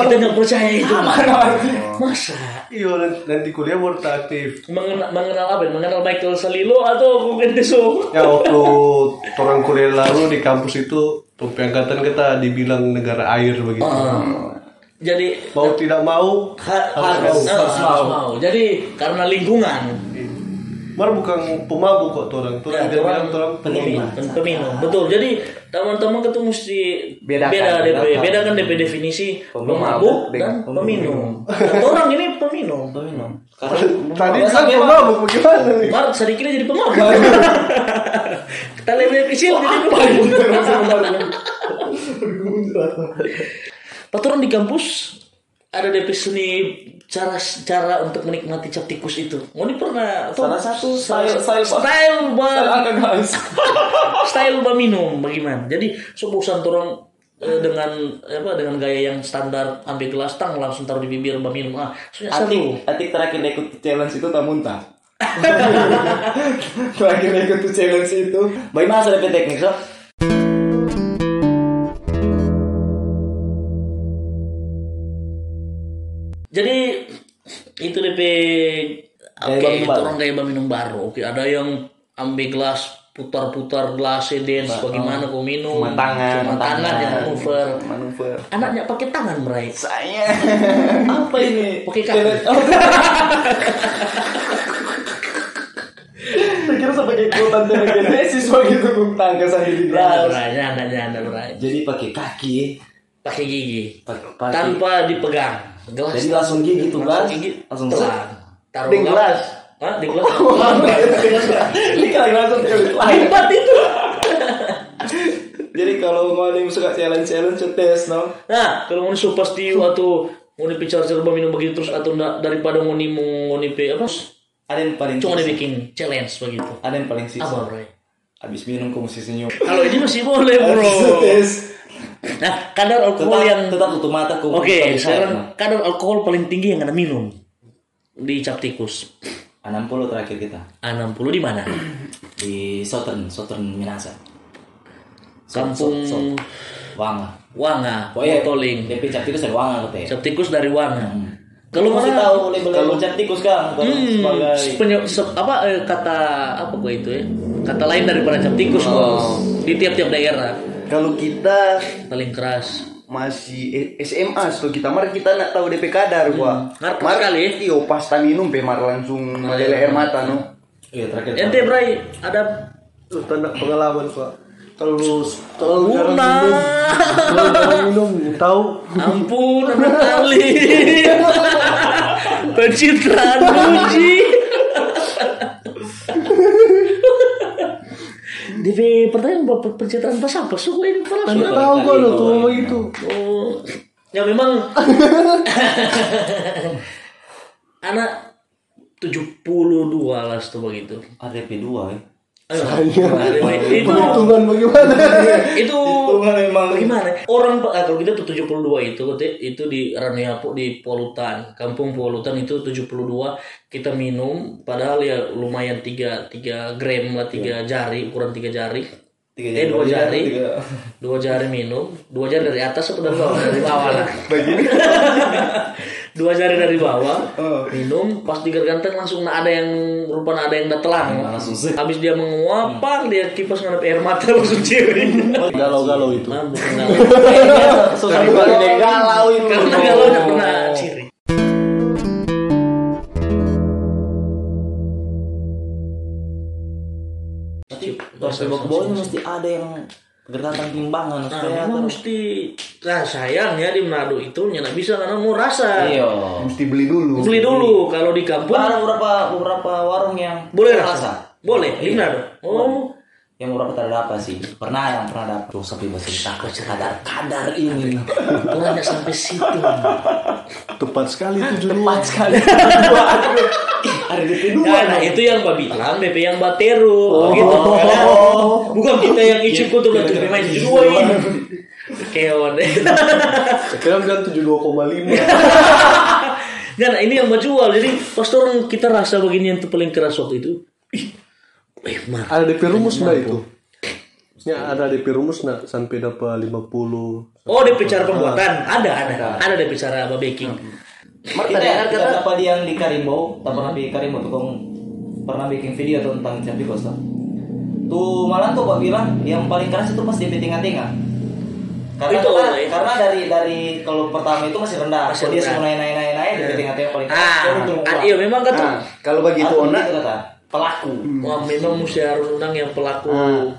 Speaker 1: Kita nggak percaya itu. Masa?
Speaker 5: Iya nanti- nanti kuliah baru tak aktif.
Speaker 1: Mengenal, mengenal apa? Mengenal Michael Salilo atau mungkin Deso?
Speaker 5: Ya waktu orang kuliah lalu di kampus itu topi angkatan kita dibilang negara air begitu.
Speaker 1: Jadi
Speaker 5: Mau tidak mau,
Speaker 1: Ah. ha-
Speaker 5: Harus
Speaker 1: harus, harus mau. Jadi karena lingkungan,
Speaker 5: mar bukan pemabuk kok orang. Orang dia bilang orang
Speaker 1: peminum, peminum. Betul. Jadi teman-teman itu mesti beda
Speaker 2: Bedakan,
Speaker 1: beda DP,
Speaker 2: bedakan.
Speaker 1: bedakan DP definisi
Speaker 2: Pemabuk
Speaker 1: pemabuk
Speaker 2: dengan
Speaker 1: dan peminum. Orang ini peminum.
Speaker 3: Peminum.
Speaker 5: Tadi kan pemabuk bagaimana nih?
Speaker 1: Mar sedikitnya jadi pemabuk. Kita lebih kecil jadi pemabuk. Peraturan di kampus ada DP seni cara cara untuk menikmati cap tikus itu. Oh ini pernah atau
Speaker 3: Salah satu style- style-
Speaker 1: style bar
Speaker 3: Angkat guys.
Speaker 1: style bar minum bagaimana? Jadi sebosan orang eh, dengan apa dengan gaya yang standar ambil gelas tang langsung taruh di bibir bak minum ah. Soalnya
Speaker 3: Atik,
Speaker 1: seru.
Speaker 3: Atik terakhir ikut challenge itu tak muntah. Akhirnya ikut tuh challenge itu. Bagaimana sudah teknik sob?
Speaker 1: Jadi itu DP oke
Speaker 3: Gaya minum baru.
Speaker 1: orang kayak minum baru. Oke, ada yang ambil gelas putar-putar gelas dance bagaimana kau minum cuma
Speaker 3: tangan,
Speaker 1: cuma
Speaker 3: tangan.
Speaker 1: tangan ya, yang manuver
Speaker 2: manuver
Speaker 1: anaknya pakai tangan meraih
Speaker 2: saya
Speaker 3: Apa ini?
Speaker 1: pakai kaki
Speaker 3: Pikir sebagai kutan telekinesis gitu bung tangga sambil di
Speaker 1: ada
Speaker 3: gelas.
Speaker 1: beranya anaknya ada beranya
Speaker 3: Jadi pakai kaki,
Speaker 1: pakai gigi
Speaker 3: pakai tanpa
Speaker 1: tanpa dipegang gelas
Speaker 3: Jadi langsung gigi tuh,
Speaker 1: langsung
Speaker 3: Bas.
Speaker 1: gigi
Speaker 3: Langsung
Speaker 1: telan taruh
Speaker 2: Di gelas.
Speaker 1: Hah, di gelas Telan, Bas.
Speaker 3: ini kalian langsung ke lain.
Speaker 1: hebat itu
Speaker 3: Jadi kalau mau ada yang suka challenge challenge tes no.
Speaker 1: Nah, kalau ngoni supas tiu atau ngoni pi charger minum begitu terus atau nda- daripada ngoni mau ngoni pi apa?
Speaker 3: Ada yang paling
Speaker 1: Cuma ngoni bikin challenge begitu.
Speaker 3: ada yang paling
Speaker 1: Apa,
Speaker 3: sisa.
Speaker 1: Bro?
Speaker 3: Abis minum kamu mesti senyum.
Speaker 1: Kalau ini masih boleh, Bro.
Speaker 3: Abis tes.
Speaker 1: Nah, kadar alkohol
Speaker 3: Tetap,
Speaker 1: yang
Speaker 3: tetap tutup mata kamu.
Speaker 1: Oke, sekarang kadar alkohol paling tinggi yang Anda minum di cap tikus.
Speaker 3: 60 terakhir kita
Speaker 1: A60 di mana?
Speaker 3: di Southern Southern Minasa.
Speaker 1: Kampung
Speaker 3: Wanga.
Speaker 1: Wanga,
Speaker 3: Pokoknya
Speaker 1: Toling.
Speaker 3: DP cap tikus dari Wanga katanya.
Speaker 1: Cap tikus dari Wanga. Kalau mana
Speaker 3: Masih Hmm. tahu label label cap tikus kan kalau
Speaker 1: Hmm,
Speaker 3: sebagai
Speaker 1: penyo- se- apa eh, kata apa gue itu ya? Kata lain daripada cap tikus bos.
Speaker 5: Oh.
Speaker 1: Di tiap-tiap daerah
Speaker 2: kalau kita
Speaker 1: paling keras.
Speaker 2: masih eh, SMA so kita mar kita nak tahu DP
Speaker 3: Hmm.
Speaker 2: kadar gua
Speaker 1: ngarep sekali.
Speaker 2: iyo pasta minum pemar langsung
Speaker 3: Oh,
Speaker 2: meleleh air mata no
Speaker 3: Iya terakhir.
Speaker 1: Ente Bray ada
Speaker 5: Lu tanda pengalaman pak. Kalau lu kalau lu jarang
Speaker 1: Una.
Speaker 5: minum, kalau lu jarang minum, tahu
Speaker 1: Ampun, ada kali. Pencitraan muji. Di pertanyaan buat per- pencitraan pas apa? Suku ini pernah
Speaker 5: Nggak
Speaker 1: sudah.
Speaker 5: tahu gua lu tuh ngomong gitu. itu.
Speaker 1: Oh, ya memang anak 72 lah tuh begitu.
Speaker 3: Ada DP dua ya.
Speaker 1: Ayo, itu
Speaker 5: Perhitungan bagaimana?
Speaker 1: itu
Speaker 3: Hitungan emang.
Speaker 1: gimana? Orang ah, kalau kita tuh 72 itu Kote, itu di Raniapu di Polutan, Kampung Polutan itu 72 kita minum padahal ya lumayan 3 3 gram lah 3 jari ukuran 3 jari.
Speaker 3: Tiga
Speaker 1: eh dua
Speaker 3: tiga-
Speaker 1: jari.
Speaker 3: tiga-
Speaker 1: Dua jari minum, dua jari dari atas atau dari bawah? Dari bawah lah. dua jari dari bawah
Speaker 3: Oh.
Speaker 1: minum pas digerganteng langsung ada yang rupanya ada yang telan
Speaker 3: Iya, Langsung sih. Hmm.
Speaker 1: habis dia menguap pak dia kipas ngadep air mata langsung ciri
Speaker 3: Oh. Galau-galau itu.
Speaker 1: Nah, bukan galau.
Speaker 3: Susah dibalik deh galau itu.
Speaker 1: Karena
Speaker 3: Oh.
Speaker 1: galau udah pernah ciri.
Speaker 3: Terus tembak bawahnya mesti ada yang gertantang timbangan.
Speaker 1: Nah,
Speaker 3: Kayak
Speaker 1: memang
Speaker 3: terus.
Speaker 1: mesti nah, sayang ya di Manado itu nggak bisa karena mau rasa.
Speaker 3: Iya.
Speaker 2: mesti beli dulu
Speaker 1: Beli dulu kalau di kampung
Speaker 3: Ada beberapa beberapa warung yang
Speaker 1: boleh
Speaker 3: rasa. Iya.
Speaker 1: rasa. Boleh di Manado. Oh,
Speaker 3: yang berapa tak ada apa sih pernah yang pernah dapat tuh sampai bahasa takut kadar kadar ini
Speaker 1: ukurannya sampai situ.
Speaker 5: Tepat sekali itu dulu.
Speaker 3: cepat sekali Dua, aduh. Ih, ada DP dua
Speaker 1: Nah, nah,
Speaker 3: dong.
Speaker 1: itu yang babi hilang, BP yang bateru. Gitu. Karena bukan kita yang icip kutu udah terima itu juga. Kewan.
Speaker 5: Kira bilang kan tujuh dua koma lima.
Speaker 1: Dan nah, ini yang mau jual. Jadi pas orang kita rasa begini yang tuh paling keras waktu itu. Ih, eh, Mar.
Speaker 5: Ada DP rumus nah itu. Ya ada DP rumus nah sampai dapat lima puluh.
Speaker 1: Oh, DP cara pembuatan. Ada, ada. Ada DP cara apa baking.
Speaker 3: kita yang kita dapat yang di Karimbo
Speaker 1: Hmm.
Speaker 3: tak pernah di Karimbo tuh kong pernah bikin video tentang Jambi Costa tuh malam tuh kok bilang yang paling keras itu pas di tengah-tengah karena
Speaker 1: Itu
Speaker 3: karena,
Speaker 1: oleh.
Speaker 3: karena dari dari kalau pertama itu masih
Speaker 1: Masih
Speaker 3: rendah kalau dia
Speaker 1: rendah. Iya.
Speaker 3: semua naik naik naik naik di tengah-tengah paling keras
Speaker 1: Ah,
Speaker 3: turun turun
Speaker 1: ah,
Speaker 3: pulang.
Speaker 1: iya memang kan tuh.
Speaker 2: nah kalau begitu
Speaker 3: Atau
Speaker 2: ona
Speaker 3: kata pelaku
Speaker 1: Wah, memang mesti harus undang yang pelaku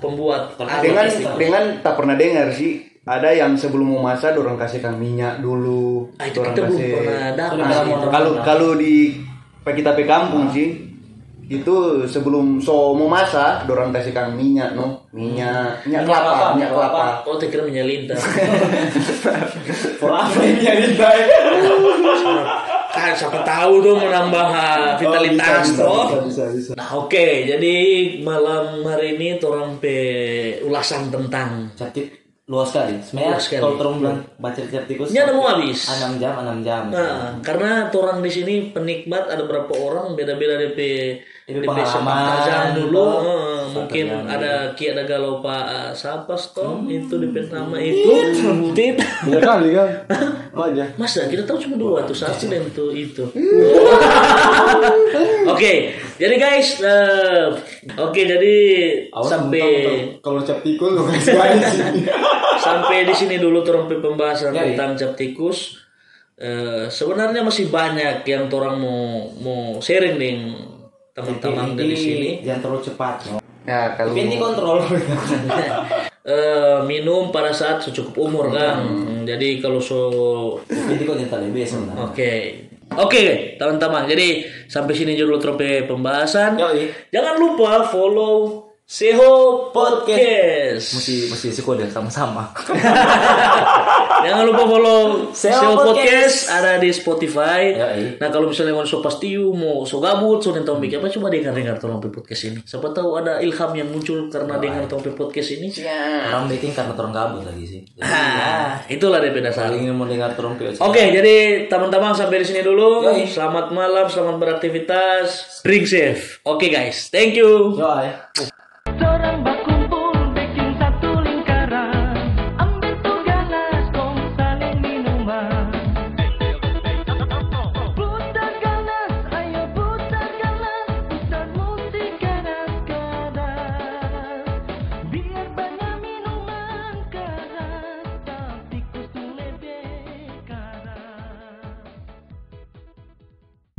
Speaker 1: pembuat.
Speaker 3: Pelaku.
Speaker 2: dengan
Speaker 3: Artis.
Speaker 2: dengan tak pernah dengar sih ada yang sebelum mau masak dorong kasih kang minyak dulu
Speaker 1: Ah, itu
Speaker 2: dorong
Speaker 1: kita belum
Speaker 2: kasih-
Speaker 1: pernah dapat.
Speaker 2: Nah, kalau kalau di kita pe kampung
Speaker 1: Ah.
Speaker 2: sih itu sebelum so mau masak dorong kasih kang minyak no minyak minyak kelapa minyak kelapa
Speaker 1: Oh, tak kira menyelintas.
Speaker 3: for apa ini yang ditanya
Speaker 1: kan siapa tahu tuh menambah
Speaker 3: Oh,
Speaker 1: ah, vitalitas toh. Nah, oke. Jadi malam hari ini orang pe ulasan tentang
Speaker 3: Captik luas sekali. Sebenarnya
Speaker 1: Luas sekali.
Speaker 3: kalau terus bilang baca cap tikus.
Speaker 1: Ini ada mau habis.
Speaker 3: 6 jam, Nah. 6 jam.
Speaker 1: Nah, karena orang di sini penikmat ada berapa orang beda-beda DP
Speaker 3: Jadi
Speaker 1: Di besok
Speaker 3: pengalaman.
Speaker 1: Tarzan dulu
Speaker 3: Oh,
Speaker 1: eh, mungkin ada Ki ada galau Pak eh, siapa
Speaker 3: Hmm.
Speaker 1: toh itu di Vietnam
Speaker 3: Iya,
Speaker 1: itu tit
Speaker 7: Tiga kali kan? Apa aja?
Speaker 1: masa kita tahu cuma dua tuh satu dan tuh itu oke jadi guys eh, oke jadi
Speaker 7: Awas
Speaker 1: sampai
Speaker 7: mentang-mentang kalau cap tikul lu kasih aja sih.
Speaker 1: sampai di sini dulu terumpi pembahasan
Speaker 3: Jadi.
Speaker 1: tentang cap tikus. Eh, sebenarnya masih banyak yang orang mau mau sharing dengan teman-teman dari sini.
Speaker 3: Jangan terlalu cepat. no.
Speaker 2: Ya kalau
Speaker 3: Tapi ini kontrol.
Speaker 1: Eh, minum pada saat secukup umur kan. Hmm, Jadi kalau so
Speaker 3: Ini kok nyetel lebih ya, sebenarnya.
Speaker 1: Oke. Oke, teman-teman. Jadi sampai sini dulu trope pembahasan.
Speaker 3: Yoi.
Speaker 1: Jangan lupa follow Seho Podcast.
Speaker 3: Mesti mesti sekode sama-sama.
Speaker 1: Jangan lupa follow
Speaker 3: Seo
Speaker 1: Seo Podcast.
Speaker 3: Podcast.
Speaker 1: ada di Spotify.
Speaker 3: Yoi.
Speaker 1: Nah kalau misalnya mau so pasti you, mau so gabut, so nonton mikir apa coba dengar dengar tolong Pi podcast ini. Siapa tahu ada ilham yang muncul karena dengar tolong Pi podcast ini.
Speaker 3: Orang dating karena turun gabut lagi sih. Jadi,
Speaker 1: Ah, itulah DP dasar.
Speaker 3: Kalau
Speaker 1: Oke,
Speaker 3: ingin mau dengar turun ke
Speaker 1: jadi teman-teman sampai di sini dulu.
Speaker 3: Yoi.
Speaker 1: Selamat malam, selamat beraktivitas. Drink safe. Oke guys, thank you.
Speaker 3: Yoi.